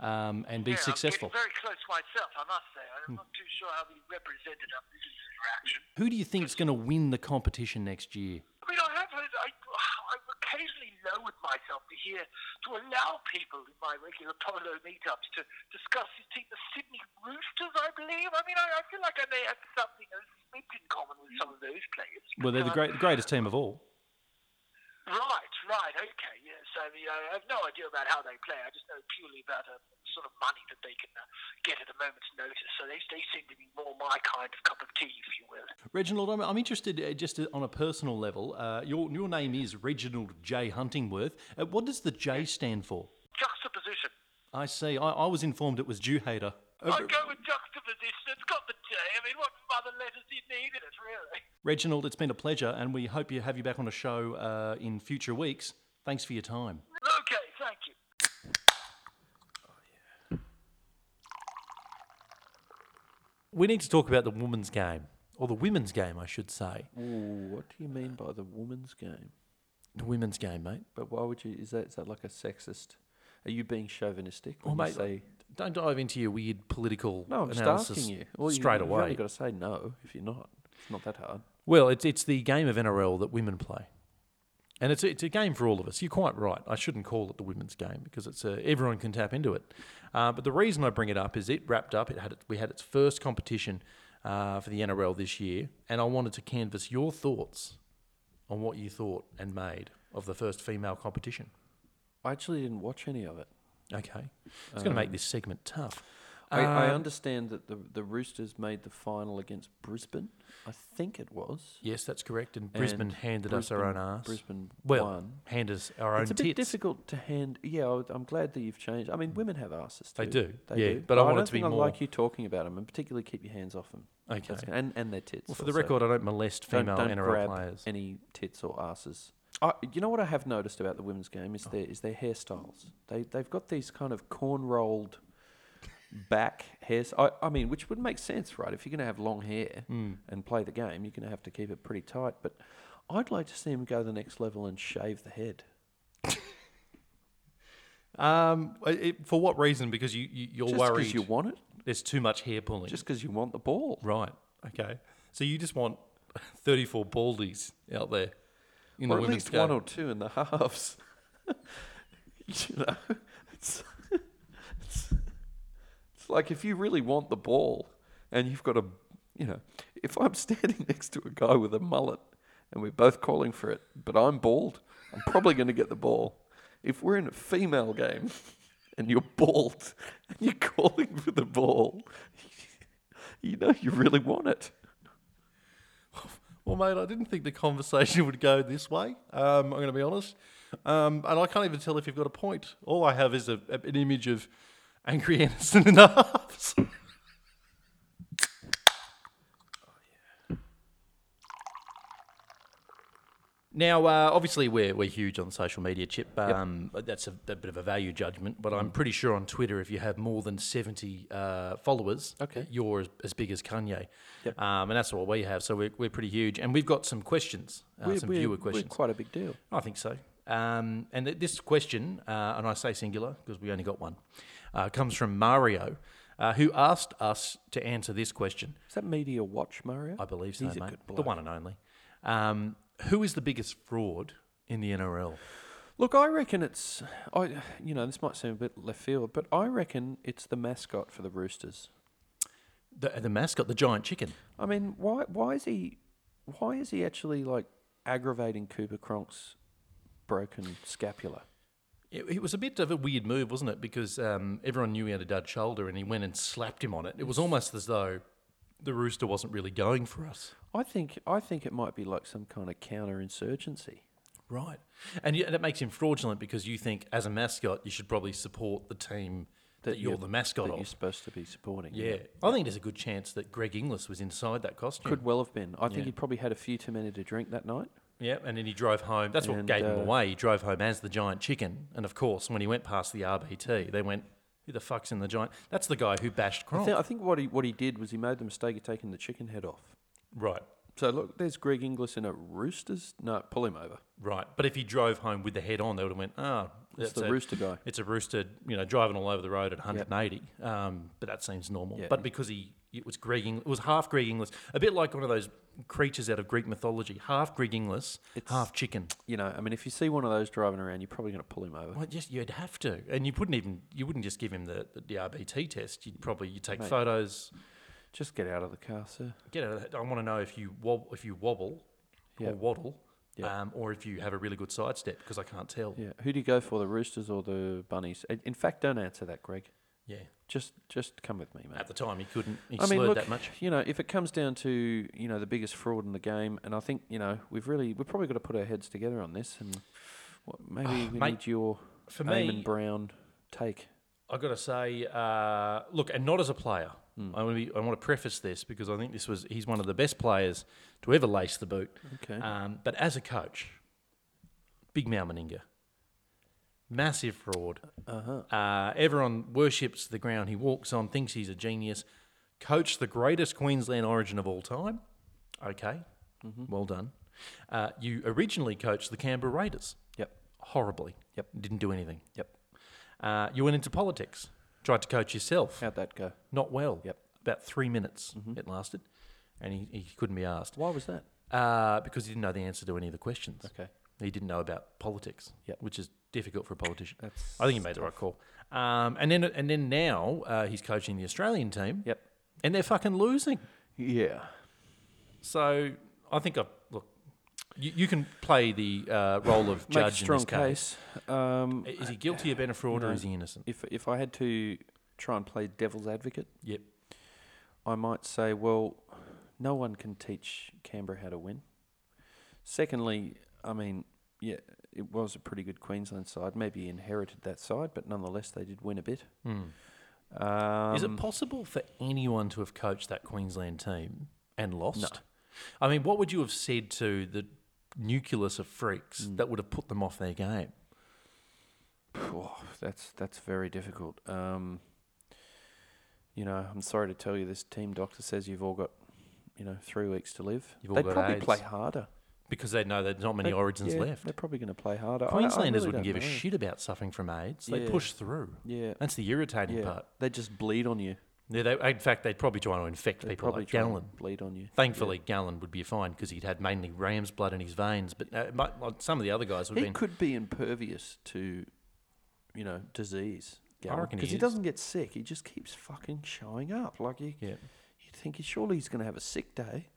[SPEAKER 2] um, and be
[SPEAKER 4] Yeah,
[SPEAKER 2] successful. Hmm.
[SPEAKER 4] I'm getting very close myself, I must say. I'm not too sure how the representative this is interaction.
[SPEAKER 2] Who do you think's going to win the competition next year?
[SPEAKER 4] I mean, I have heard, I, I've occasionally lowered myself to here to allow people in my regular polo meetups to discuss his team, the Sydney Roosters, I believe. I mean, I, I feel like I may have something a smidge in common with some of those players.
[SPEAKER 2] Well, they're the
[SPEAKER 4] Uh,
[SPEAKER 2] great, greatest team of all.
[SPEAKER 4] Right, right, okay, yes. I mean, I have no idea about how they play. I just know purely about uh, sort of money that they can uh, get at a moment's notice. So they, they seem to be more my kind of cup of tea, if you will.
[SPEAKER 2] Reginald, I'm, I'm interested uh, just on a personal level. Uh, your, your name is Reginald J. Huntingworth. Uh, what does the J stand for?
[SPEAKER 4] Juxtaposition.
[SPEAKER 2] I see. I, I was informed it was Jew hater. Uh,
[SPEAKER 4] I go with juxtaposition. It's got the J. I mean, what other letters do you need in it, really?
[SPEAKER 2] Reginald, it's been a pleasure, and we hope you have you back on a show uh, in future weeks. Thanks for your time.
[SPEAKER 4] Okay, thank you.
[SPEAKER 2] We need to talk about the women's game, or the women's game, I should say.
[SPEAKER 3] Ooh, what do you mean by the woman's game?
[SPEAKER 2] The women's game, mate.
[SPEAKER 3] But why would you? Is that is that like a sexist? Are you being chauvinistic?
[SPEAKER 2] Well,
[SPEAKER 3] when
[SPEAKER 2] mate,
[SPEAKER 3] you say,
[SPEAKER 2] don't dive into your weird political
[SPEAKER 3] no, I'm just
[SPEAKER 2] analysis
[SPEAKER 3] asking you. Well, you-
[SPEAKER 2] straight
[SPEAKER 3] You've
[SPEAKER 2] away.
[SPEAKER 3] only got to say no if you're not. It's not that hard.
[SPEAKER 2] Well, it's it's the game of NRL that women play, and it's it's a game for all of us. You're quite right. I shouldn't call it the women's game because it's a, everyone can tap into it. Uh, but the reason I bring it up is it wrapped up. It had it- we had its first competition uh, for the NRL this year, and I wanted to canvass your thoughts on what you thought and made of the first female competition.
[SPEAKER 3] I actually didn't watch any of it.
[SPEAKER 2] Okay, it's going to make this segment tough.
[SPEAKER 3] Um, I, I
[SPEAKER 2] Um,
[SPEAKER 3] understand that the the Roosters made the final against Brisbane. I think it was.
[SPEAKER 2] Yes, that's correct. And Brisbane
[SPEAKER 3] And
[SPEAKER 2] handed us our own
[SPEAKER 3] Brisbane-
[SPEAKER 2] arse.
[SPEAKER 3] Brisbane
[SPEAKER 2] well,
[SPEAKER 3] won.
[SPEAKER 2] handed us our own
[SPEAKER 3] it's a bit
[SPEAKER 2] tits. Mm.
[SPEAKER 3] difficult to hand. Yeah, I would- I'm glad that you've changed. I mean, women have asses too.
[SPEAKER 2] They do, yeah, but I want it
[SPEAKER 3] don't
[SPEAKER 2] to be
[SPEAKER 3] think
[SPEAKER 2] more-
[SPEAKER 3] I like you talking about them, and particularly keep your hands off them.
[SPEAKER 2] Okay.
[SPEAKER 3] and and their tits.
[SPEAKER 2] Well, for the
[SPEAKER 3] also.
[SPEAKER 2] record, I don't molest
[SPEAKER 3] Don't-
[SPEAKER 2] female
[SPEAKER 3] don't
[SPEAKER 2] NRL
[SPEAKER 3] grab
[SPEAKER 2] players.
[SPEAKER 3] any tits or asses. Oh. I, you know what I have noticed about the women's game is their is their hairstyles. They they've got these kind of corn rolled back hairs. I, I mean, which would make sense, right? If you're going to have long hair and play the game, you're going to have to keep it pretty tight. But I'd like to see them go the next level and shave the head.
[SPEAKER 2] Um, i- it, for what reason? Because you, you you're
[SPEAKER 3] Just
[SPEAKER 2] worried
[SPEAKER 3] because you want it,
[SPEAKER 2] there's too much hair pulling.
[SPEAKER 3] just because you want the ball.
[SPEAKER 2] right. Okay. So you just want 34 baldies out there in
[SPEAKER 3] or
[SPEAKER 2] the
[SPEAKER 3] at
[SPEAKER 2] women's
[SPEAKER 3] least
[SPEAKER 2] game.
[SPEAKER 3] one or two in the halves. you know, it's, it's, it's like if you really want the ball and you've got a, you know, if I'm standing next to a guy with a mullet and we're both calling for it, but I'm bald, I'm probably going to get the ball. If we're in a female game and you're bald and you're calling for the ball, you know you really want it.
[SPEAKER 2] Well, mate, I didn't think the conversation would go this way. Um, I'm going to be honest, um, and I can't even tell if you've got a point. All I have is a, a- an image of angry Anderson in the halves. Now, uh, obviously, we're, we're huge on social media, Chip. Um, but That's a, a bit of a value judgment, but
[SPEAKER 3] Mm.
[SPEAKER 2] I'm pretty sure on Twitter, if you have more than 70 uh, followers,
[SPEAKER 3] Okay.
[SPEAKER 2] you're as, as big as Kanye.
[SPEAKER 3] Yep.
[SPEAKER 2] Um, and that's what we have. So we're, we're pretty huge. And we've got some questions, uh, some viewer
[SPEAKER 3] We're
[SPEAKER 2] questions.
[SPEAKER 3] quite a big deal.
[SPEAKER 2] I think so. Um, and th- this question, uh, and I say singular because we only got one, uh, comes from Mario, uh, who asked us to answer this question.
[SPEAKER 3] Is that Media Watch, Mario?
[SPEAKER 2] I believe so,
[SPEAKER 3] He's a
[SPEAKER 2] mate.
[SPEAKER 3] good
[SPEAKER 2] the
[SPEAKER 3] bloke.
[SPEAKER 2] one and only. Um, who is the biggest fraud in the NRL?
[SPEAKER 3] Look, I reckon it's I you know, this might seem a bit left field, but I reckon it's the mascot for the Roosters.
[SPEAKER 2] The, the mascot, the giant chicken.
[SPEAKER 3] I mean, why why is he why is he actually like aggravating Cooper Cronk's broken scapula?
[SPEAKER 2] It, it was a bit of a weird move, wasn't it? Because um, everyone knew he had a dud shoulder, and he went and slapped him on it. It was almost as though the rooster wasn't really going for us.
[SPEAKER 3] I think I think it might be like some kind of counterinsurgency.
[SPEAKER 2] Right. And yet that makes him fraudulent because you think, as a mascot, you should probably support the team that, you're the mascot
[SPEAKER 3] that
[SPEAKER 2] of.
[SPEAKER 3] you're supposed to be supporting.
[SPEAKER 2] yeah. I think there's a good chance that Greg Inglis was inside that costume.
[SPEAKER 3] Could well have been. I think he probably had a few too many to drink that night.
[SPEAKER 2] Yeah, and then he drove home. That's what
[SPEAKER 3] And,
[SPEAKER 2] gave him
[SPEAKER 3] uh,
[SPEAKER 2] away. He drove home as the giant chicken. And of course, when he went past the RBT, they went, Who the fuck's in the giant? That's the guy who bashed
[SPEAKER 3] I
[SPEAKER 2] Kronk.
[SPEAKER 3] think, I think what he what he did was he made the mistake of taking the chicken head off.
[SPEAKER 2] right,
[SPEAKER 3] So look, there's Greg Inglis in a Roosters. No, pull him over.
[SPEAKER 2] right. But if he drove home with the head on, they would have went, ah,
[SPEAKER 3] It's
[SPEAKER 2] that's
[SPEAKER 3] the
[SPEAKER 2] a-
[SPEAKER 3] rooster guy.
[SPEAKER 2] It's a rooster, you know, driving all over the road at 180. Um, but that seems normal.
[SPEAKER 3] Yeah.
[SPEAKER 2] But because he, it was Greg, Eng- it was half Greg Inglis, a bit like one of those creatures out of Greek mythology, half Greg Inglis, half chicken.
[SPEAKER 3] You know, I mean, if you see one of those driving around, you're probably going to pull him over.
[SPEAKER 2] Well, just you'd have to, and you wouldn't even you wouldn't just give him the the RBT test. You'd probably you take photos.
[SPEAKER 3] Just get out of the car, sir.
[SPEAKER 2] Get out of that. I want to know if you wobble, if you wobble,
[SPEAKER 3] Yeah.
[SPEAKER 2] or waddle,
[SPEAKER 3] Yeah.
[SPEAKER 2] um, or if you have a really good sidestep because I can't tell.
[SPEAKER 3] Yeah. Who do you go for, the Roosters or the Bunnies? In- In fact, don't answer that, Greg.
[SPEAKER 2] Yeah.
[SPEAKER 3] Just just come with me, mate.
[SPEAKER 2] At the time, he couldn't. He
[SPEAKER 3] I
[SPEAKER 2] slurred
[SPEAKER 3] mean, look,
[SPEAKER 2] that much.
[SPEAKER 3] you know, if it comes down to you know the biggest fraud in the game, and I think you know we've really we've probably got to put our heads together on this, and what, maybe we
[SPEAKER 2] mate,
[SPEAKER 3] need your
[SPEAKER 2] for
[SPEAKER 3] Eamon
[SPEAKER 2] me-
[SPEAKER 3] Brown take.
[SPEAKER 2] I got to say, uh, look, and not as a player. I want to be, I want to preface this because I think this was he's one of the best players to ever lace the boot.
[SPEAKER 3] Okay.
[SPEAKER 2] Um, but as a coach, big Mal Meninga, massive fraud. Uh-huh. everyone worships the ground he walks on, thinks he's a genius. Coached the greatest Queensland Origin of all time. Okay, well done. Uh, you originally coached the Canberra Raiders
[SPEAKER 3] Yep.
[SPEAKER 2] horribly.
[SPEAKER 3] Yep.
[SPEAKER 2] Didn't do anything.
[SPEAKER 3] Yep.
[SPEAKER 2] Uh, you went into politics, tried to coach yourself.
[SPEAKER 3] How'd that go?
[SPEAKER 2] Not well.
[SPEAKER 3] Yep. Mm-hmm.
[SPEAKER 2] About three minutes it lasted, and he, he couldn't be asked
[SPEAKER 3] Why was that?
[SPEAKER 2] uh, because he didn't know the answer to any of the questions.
[SPEAKER 3] Okay.
[SPEAKER 2] He didn't know about politics,
[SPEAKER 3] Yep.
[SPEAKER 2] which is difficult for a politician.
[SPEAKER 3] That's
[SPEAKER 2] I think he made the right call. Um, and then and then now uh, he's coaching the Australian team.
[SPEAKER 3] Yep.
[SPEAKER 2] And they're fucking losing.
[SPEAKER 3] Yeah.
[SPEAKER 2] So I think I look. You, you can play the uh, role of
[SPEAKER 3] Make a
[SPEAKER 2] judge in
[SPEAKER 3] strong
[SPEAKER 2] this case.
[SPEAKER 3] case. Um,
[SPEAKER 2] Is he guilty of being a fraud or
[SPEAKER 3] No.
[SPEAKER 2] is he innocent?
[SPEAKER 3] if if I had to try and play devil's advocate,
[SPEAKER 2] Yep.
[SPEAKER 3] I might say, well, no one can teach Canberra how to win. Secondly, I mean, yeah, it was a pretty good Queensland side. Maybe inherited that side, but nonetheless, they did win a bit. Um,
[SPEAKER 2] Is it possible for anyone to have coached that Queensland team and lost? I mean, what would you have said to the nucleus of freaks
[SPEAKER 3] Mm.
[SPEAKER 2] that would have put them off their game?
[SPEAKER 3] Oh, that's that's very difficult. Um, you know, I'm sorry to tell you, this team doctor says you've all got, you know, three weeks to live.
[SPEAKER 2] You've all
[SPEAKER 3] They'd
[SPEAKER 2] got
[SPEAKER 3] probably
[SPEAKER 2] AIDS.
[SPEAKER 3] play harder.
[SPEAKER 2] Because they know there's not many
[SPEAKER 3] They-
[SPEAKER 2] origins
[SPEAKER 3] yeah,
[SPEAKER 2] left.
[SPEAKER 3] They're probably going to play harder. I- I
[SPEAKER 2] Queenslanders
[SPEAKER 3] really
[SPEAKER 2] wouldn't give
[SPEAKER 3] don't
[SPEAKER 2] a
[SPEAKER 3] know.
[SPEAKER 2] shit about suffering from AIDS. They
[SPEAKER 3] Yeah.
[SPEAKER 2] push through.
[SPEAKER 3] Yeah.
[SPEAKER 2] That's the irritating
[SPEAKER 3] Yeah,
[SPEAKER 2] part.
[SPEAKER 3] they just bleed on you.
[SPEAKER 2] Yeah, they, in fact, they'd probably try to infect
[SPEAKER 3] They
[SPEAKER 2] people
[SPEAKER 3] probably
[SPEAKER 2] like
[SPEAKER 3] try and
[SPEAKER 2] Gallen.
[SPEAKER 3] bleed on you.
[SPEAKER 2] Thankfully, Gallen would be fine because he'd had mainly ram's blood in his veins. But uh, mu- like some of the other guys would
[SPEAKER 3] He
[SPEAKER 2] have been.
[SPEAKER 3] could be impervious to, you know, disease.
[SPEAKER 2] reckon he
[SPEAKER 3] Because he,
[SPEAKER 2] is.
[SPEAKER 3] doesn't get sick. He just keeps fucking showing up. Like you,
[SPEAKER 2] Yeah.
[SPEAKER 3] you'd think he, surely he's going to have a sick day.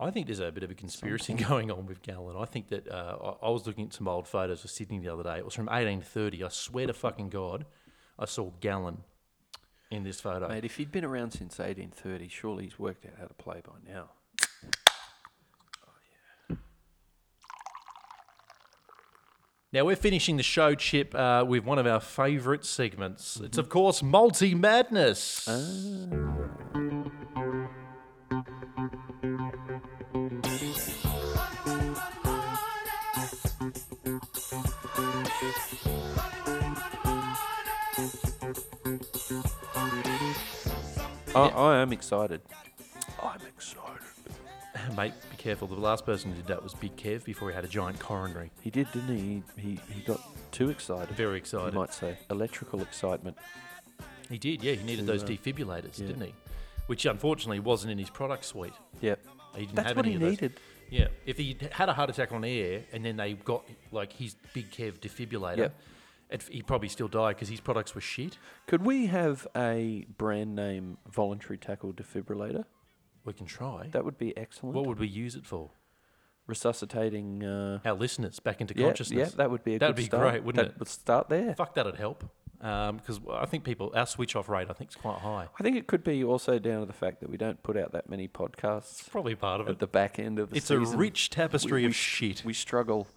[SPEAKER 2] I think there's a bit of a conspiracy going on with Gallen. I think that uh, I, I was looking at some old photos of Sydney the other day. It was from 1830. I swear to fucking God, I saw Gallen in this photo.
[SPEAKER 3] Mate, if he'd been around since 1830, surely he's worked out how to play by now.
[SPEAKER 2] Now we're finishing the show, Chip, uh, with one of our favourite segments.
[SPEAKER 3] Mm-hmm.
[SPEAKER 2] It's of course Multi Madness.
[SPEAKER 3] Ah. I, I am excited. I'm excited.
[SPEAKER 2] Mate, be careful. The last person who did that was Big Kev before he had a giant coronary.
[SPEAKER 3] He did, didn't he? He, he, he got too excited.
[SPEAKER 2] Very excited.
[SPEAKER 3] You might say electrical excitement.
[SPEAKER 2] He did, yeah. He needed
[SPEAKER 3] uh,
[SPEAKER 2] those defibrillators, didn't he? Which unfortunately wasn't in his product suite.
[SPEAKER 3] Yep.
[SPEAKER 2] He didn't
[SPEAKER 3] That's
[SPEAKER 2] have
[SPEAKER 3] what
[SPEAKER 2] any
[SPEAKER 3] he
[SPEAKER 2] of those.
[SPEAKER 3] needed.
[SPEAKER 2] Yeah, if he had a heart attack on air and then they got like his big Kev defibrillator,
[SPEAKER 3] Yep.
[SPEAKER 2] it, he'd probably still die because his products were shit.
[SPEAKER 3] Could we have a brand name voluntary tackle defibrillator?
[SPEAKER 2] We can try.
[SPEAKER 3] That would be excellent.
[SPEAKER 2] what would we use it for?
[SPEAKER 3] Resuscitating. Uh,
[SPEAKER 2] Our listeners back into
[SPEAKER 3] yeah, yeah,
[SPEAKER 2] consciousness.
[SPEAKER 3] that would be a
[SPEAKER 2] That'd
[SPEAKER 3] good
[SPEAKER 2] be
[SPEAKER 3] start.
[SPEAKER 2] great, wouldn't
[SPEAKER 3] that
[SPEAKER 2] it?
[SPEAKER 3] Would start there.
[SPEAKER 2] Fuck, that'd help. Because I think people, our switch off rate, I think, is quite high.
[SPEAKER 3] I think it could be also down to the fact that we don't put out that many podcasts
[SPEAKER 2] Probably part of
[SPEAKER 3] at
[SPEAKER 2] it.
[SPEAKER 3] the back end of the
[SPEAKER 2] It's a
[SPEAKER 3] season.
[SPEAKER 2] rich tapestry
[SPEAKER 3] we
[SPEAKER 2] of
[SPEAKER 3] sh-
[SPEAKER 2] shit.
[SPEAKER 3] We struggle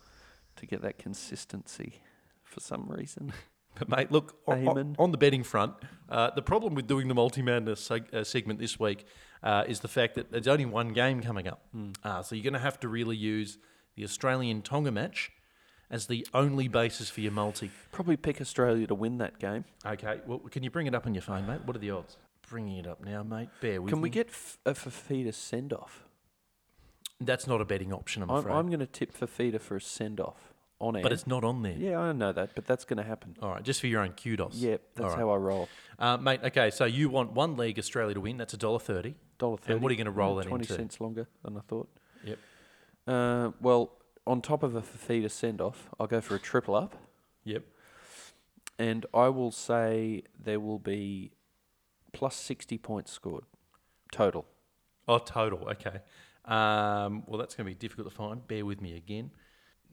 [SPEAKER 3] to get that consistency for some reason.
[SPEAKER 2] But mate, look on, on-
[SPEAKER 3] Amen.
[SPEAKER 2] on the betting front, uh, the problem with doing the multi madness seg- uh, segment this week uh, is the fact that there's only Hmm. one game coming up, uh, so you're going to have to really use the Australian Tonga match as the only basis for your multi.
[SPEAKER 3] Probably pick Australia to win that game.
[SPEAKER 2] Okay, well, can you bring it up on your phone, mate? What are the odds? Bringing it up now, mate. Bear with
[SPEAKER 3] Can
[SPEAKER 2] me.
[SPEAKER 3] we get F- a Fafita send off?
[SPEAKER 2] That's not a betting option, I'm
[SPEAKER 3] I'm,
[SPEAKER 2] afraid.
[SPEAKER 3] I'm going to tip Fafita for a send off on air.
[SPEAKER 2] but it's not on there.
[SPEAKER 3] yeah, I know that, but that's going to happen.
[SPEAKER 2] All right, just for your own kudos.
[SPEAKER 3] Yep, that's
[SPEAKER 2] All right.
[SPEAKER 3] how I roll.
[SPEAKER 2] Uh, mate, okay, so you want one league Australia to win. That's a dollar thirty.
[SPEAKER 3] Dollar thirty.
[SPEAKER 2] And what are you going to roll that
[SPEAKER 3] Twenty
[SPEAKER 2] into?
[SPEAKER 3] cents longer than I thought.
[SPEAKER 2] Yep.
[SPEAKER 3] Uh, well, on top of a Fafita send off, I'll go for a triple up,
[SPEAKER 2] Yep.
[SPEAKER 3] and I will say there will be plus sixty points scored total.
[SPEAKER 2] Oh, total. Okay. Um, well, that's going to be difficult to find. Bear with me again.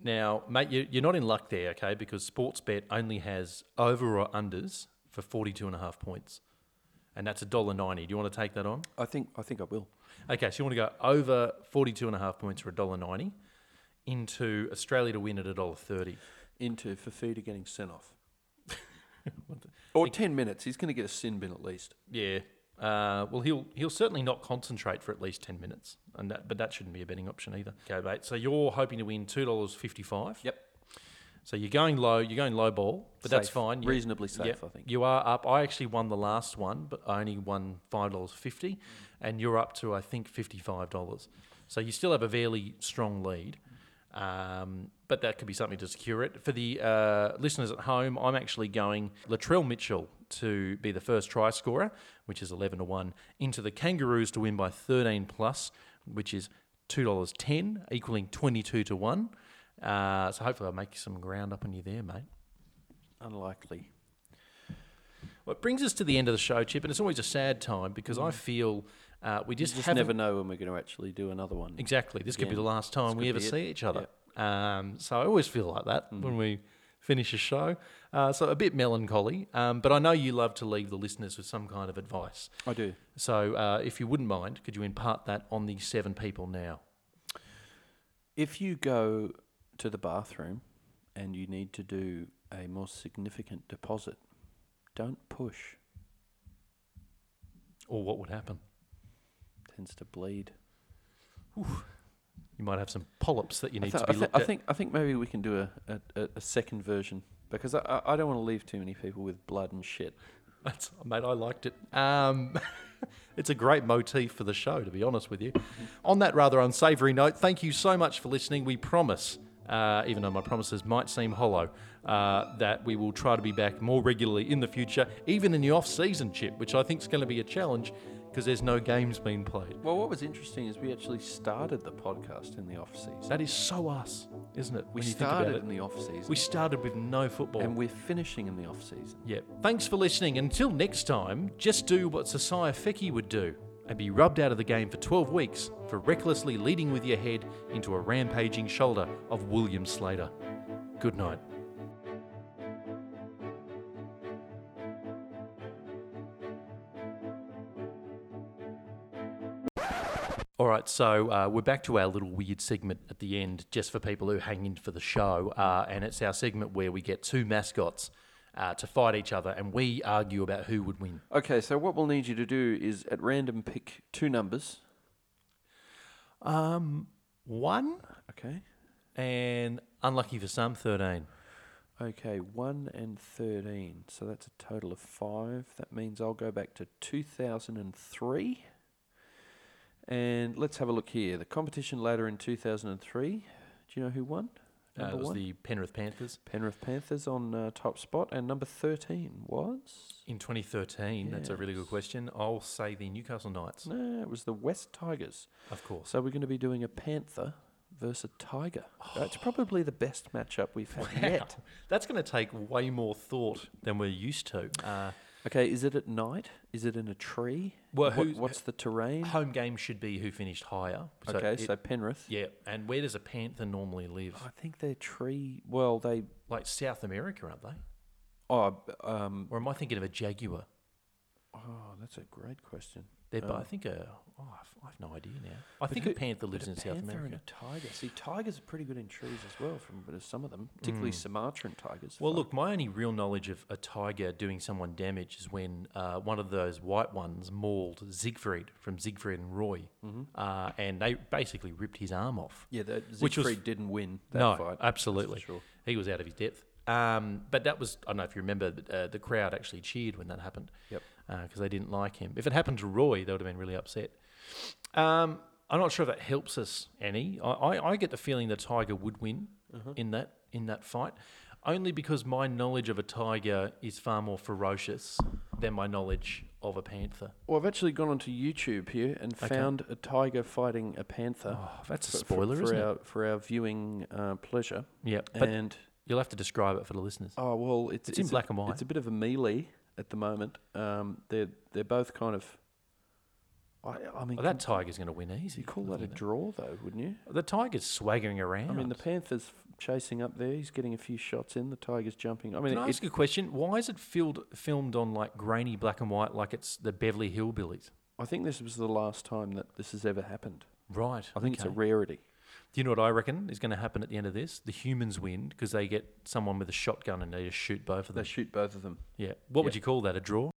[SPEAKER 2] Now, mate, you, you're not in luck there, okay? Because Sportsbet only has over or unders for 42 and a half points, and that's a dollar ninety. Do you want to take that on?
[SPEAKER 3] I think I think I will.
[SPEAKER 2] Okay, so you want to go over 42 and a half points for a dollar ninety into Australia to win at a dollar thirty.
[SPEAKER 3] into Fafita getting sent off. or 10 minutes. He's going to get a sin bin at least.
[SPEAKER 2] Yeah. Uh, well, he'll he'll certainly not concentrate for at least ten minutes, and that but that shouldn't be a betting option either. Okay, mate. So you're hoping to win two dollars fifty five.
[SPEAKER 3] Yep.
[SPEAKER 2] So you're going low. You're going low ball, but that's
[SPEAKER 3] Safe.
[SPEAKER 2] fine. You-
[SPEAKER 3] Reasonably safe, I think.
[SPEAKER 2] you are up. I actually won the last one, but I only won five dollars fifty, and you're up to I think fifty five dollars. So you still have a fairly strong lead, um, but that could be something to secure it. For the uh, listeners at home, I'm actually going Latrell Mitchell to be the first try scorer, which is eleven to one, into the Kangaroos to win by thirteen plus, which is two dollars ten, equaling twenty two to one. Uh, so hopefully I'll make some ground up on you there, mate.
[SPEAKER 3] Unlikely.
[SPEAKER 2] Well, it brings us to the end of the show, Chip, and it's always a sad time because I feel uh, we just,
[SPEAKER 3] Mm. Just
[SPEAKER 2] haven't
[SPEAKER 3] never know when we're going to actually do another one.
[SPEAKER 2] exactly. This could be
[SPEAKER 3] Again,
[SPEAKER 2] the last time we
[SPEAKER 3] could
[SPEAKER 2] ever
[SPEAKER 3] be it. Mm.
[SPEAKER 2] see each other. Um, so I always feel like that when we finish a show. Uh, so a bit melancholy, um, but I know you love to leave the listeners with some kind of advice.
[SPEAKER 3] I do.
[SPEAKER 2] So uh, if you wouldn't mind, could you impart that on these seven people now?
[SPEAKER 3] If you go to the bathroom and you need to do a more significant deposit, don't push.
[SPEAKER 2] Or what would happen?
[SPEAKER 3] tends to bleed.
[SPEAKER 2] You might have some polyps that you
[SPEAKER 3] I,
[SPEAKER 2] need
[SPEAKER 3] thi-
[SPEAKER 2] to be
[SPEAKER 3] I, thi-
[SPEAKER 2] looked
[SPEAKER 3] I
[SPEAKER 2] at.
[SPEAKER 3] think I think maybe we can do a, a, a- a second version because I, I, I don't want to leave too many people with blood and shit.
[SPEAKER 2] That's, mate, I liked it. Um, it's a great motif for the show, to be honest with you. On that rather unsavoury note, thank you so much for listening. We promise, uh, even though my promises might seem hollow, uh, that we will try to be back more regularly in the future, even in the off season, Chip, which I think is going to be a challenge because there's no games being played.
[SPEAKER 3] Well, what was interesting is we actually started the podcast in the off season.
[SPEAKER 2] That is so us, isn't it?
[SPEAKER 3] We
[SPEAKER 2] when you think about
[SPEAKER 3] started
[SPEAKER 2] it?
[SPEAKER 3] in the off season,
[SPEAKER 2] we started with no football.
[SPEAKER 3] and we're finishing in the off season.
[SPEAKER 2] Yeah. Thanks for listening. Until next time, just do what Sasaya Feki would do and be rubbed out of the game for 12 weeks for recklessly leading with your head into a rampaging shoulder of William Slater. Good night. All right, so uh, we're back to our little weird segment at the end, just for people who hang in for the show, uh, and it's our segment where we get two mascots uh, to fight each other, and we argue about who would win.
[SPEAKER 3] Okay, so what we'll need you to do is at random pick two numbers.
[SPEAKER 2] One
[SPEAKER 3] Okay.
[SPEAKER 2] and unlucky for some, thirteen.
[SPEAKER 3] Okay, one and thirteen. So that's a total of five. That means I'll go back to two thousand and three. And let's have a look here. The competition ladder in two thousand and three. Do you know who won?
[SPEAKER 2] Uh,
[SPEAKER 3] Number
[SPEAKER 2] it was
[SPEAKER 3] one,
[SPEAKER 2] the Penrith Panthers
[SPEAKER 3] Penrith Panthers on uh, top spot, and number thirteen was.
[SPEAKER 2] in 2013. That's a really good question. I'll say the Newcastle Knights,
[SPEAKER 3] No, it was the West Tigers.
[SPEAKER 2] of course.
[SPEAKER 3] So we're going to be doing a Panther versus a Tiger.
[SPEAKER 2] Oh.
[SPEAKER 3] That's probably the best matchup we've had yet.
[SPEAKER 2] That's going to take way more thought than we're used to. Uh,
[SPEAKER 3] Okay, is it at night? Is it in a tree?
[SPEAKER 2] Well,
[SPEAKER 3] What-
[SPEAKER 2] who's- uh,
[SPEAKER 3] what's the terrain?
[SPEAKER 2] home game should be who finished higher. So
[SPEAKER 3] okay,
[SPEAKER 2] it-
[SPEAKER 3] so Penrith.
[SPEAKER 2] yeah, and where does a panther normally live?
[SPEAKER 3] I think they're tree. Well, they.
[SPEAKER 2] Like South America, aren't they?
[SPEAKER 3] Oh, um,
[SPEAKER 2] Or am I thinking of a jaguar?
[SPEAKER 3] oh, that's a great question.
[SPEAKER 2] They're, bo- I think a. Oh, I've, I've no idea now. I think a panther lives in South
[SPEAKER 3] Panther
[SPEAKER 2] America.
[SPEAKER 3] and a tiger. See, tigers are pretty good in trees as well, from but some of them, particularly Sumatran tigers.
[SPEAKER 2] Hmm. Well, look, my only real knowledge of a tiger doing someone damage is when uh, one of those white ones mauled Siegfried from Siegfried and Roy, uh, and they basically ripped his arm off.
[SPEAKER 3] yeah, that
[SPEAKER 2] which was-
[SPEAKER 3] Siegfried didn't win that
[SPEAKER 2] no,
[SPEAKER 3] fight. that's for
[SPEAKER 2] absolutely.
[SPEAKER 3] sure.
[SPEAKER 2] He was out of his depth. Um, but that was, I don't know if you remember, but, uh, the crowd actually cheered when that happened.
[SPEAKER 3] Yep.
[SPEAKER 2] Because they didn't like him. If it happened to Roy, they would have been really upset. Um, I'm not sure if that helps us any. I, I, I get the feeling that Tiger would win
[SPEAKER 3] Mm-hmm.
[SPEAKER 2] in that in that fight, only because my knowledge of a tiger is far more ferocious than my knowledge of a panther.
[SPEAKER 3] Well, I've actually gone onto YouTube here and found a tiger fighting a panther.
[SPEAKER 2] Oh, that's a
[SPEAKER 3] for- for-
[SPEAKER 2] spoiler,
[SPEAKER 3] for,
[SPEAKER 2] isn't it?
[SPEAKER 3] our, For our viewing uh, pleasure.
[SPEAKER 2] Yep, but-
[SPEAKER 3] and
[SPEAKER 2] You'll have to describe it for the listeners.
[SPEAKER 3] oh well, it's
[SPEAKER 2] It's in
[SPEAKER 3] a-
[SPEAKER 2] black and white.
[SPEAKER 3] It's a bit of a melee at the moment. Um, they're they're both kind of. I, I mean,
[SPEAKER 2] Oh, that tiger's going to win easy.
[SPEAKER 3] you call that a draw though, wouldn't you?
[SPEAKER 2] The tiger's swaggering around.
[SPEAKER 3] I mean, the Panthers chasing up there. He's getting a few shots in. The Tigers jumping. I mean,
[SPEAKER 2] Can I
[SPEAKER 3] it's
[SPEAKER 2] ask a question? Why is it filled, filmed on like grainy black and white, like it's the Beverly Hillbillies?
[SPEAKER 3] I think this was the last time that this has ever happened.
[SPEAKER 2] Right.
[SPEAKER 3] I think it's a
[SPEAKER 2] okay.
[SPEAKER 3] rarity.
[SPEAKER 2] Do you know what I reckon is going to happen at the end of this? The humans win because they get someone with a shotgun and they just shoot both of
[SPEAKER 3] They
[SPEAKER 2] them.
[SPEAKER 3] shoot both of them.
[SPEAKER 2] yeah. What would you call that? A draw?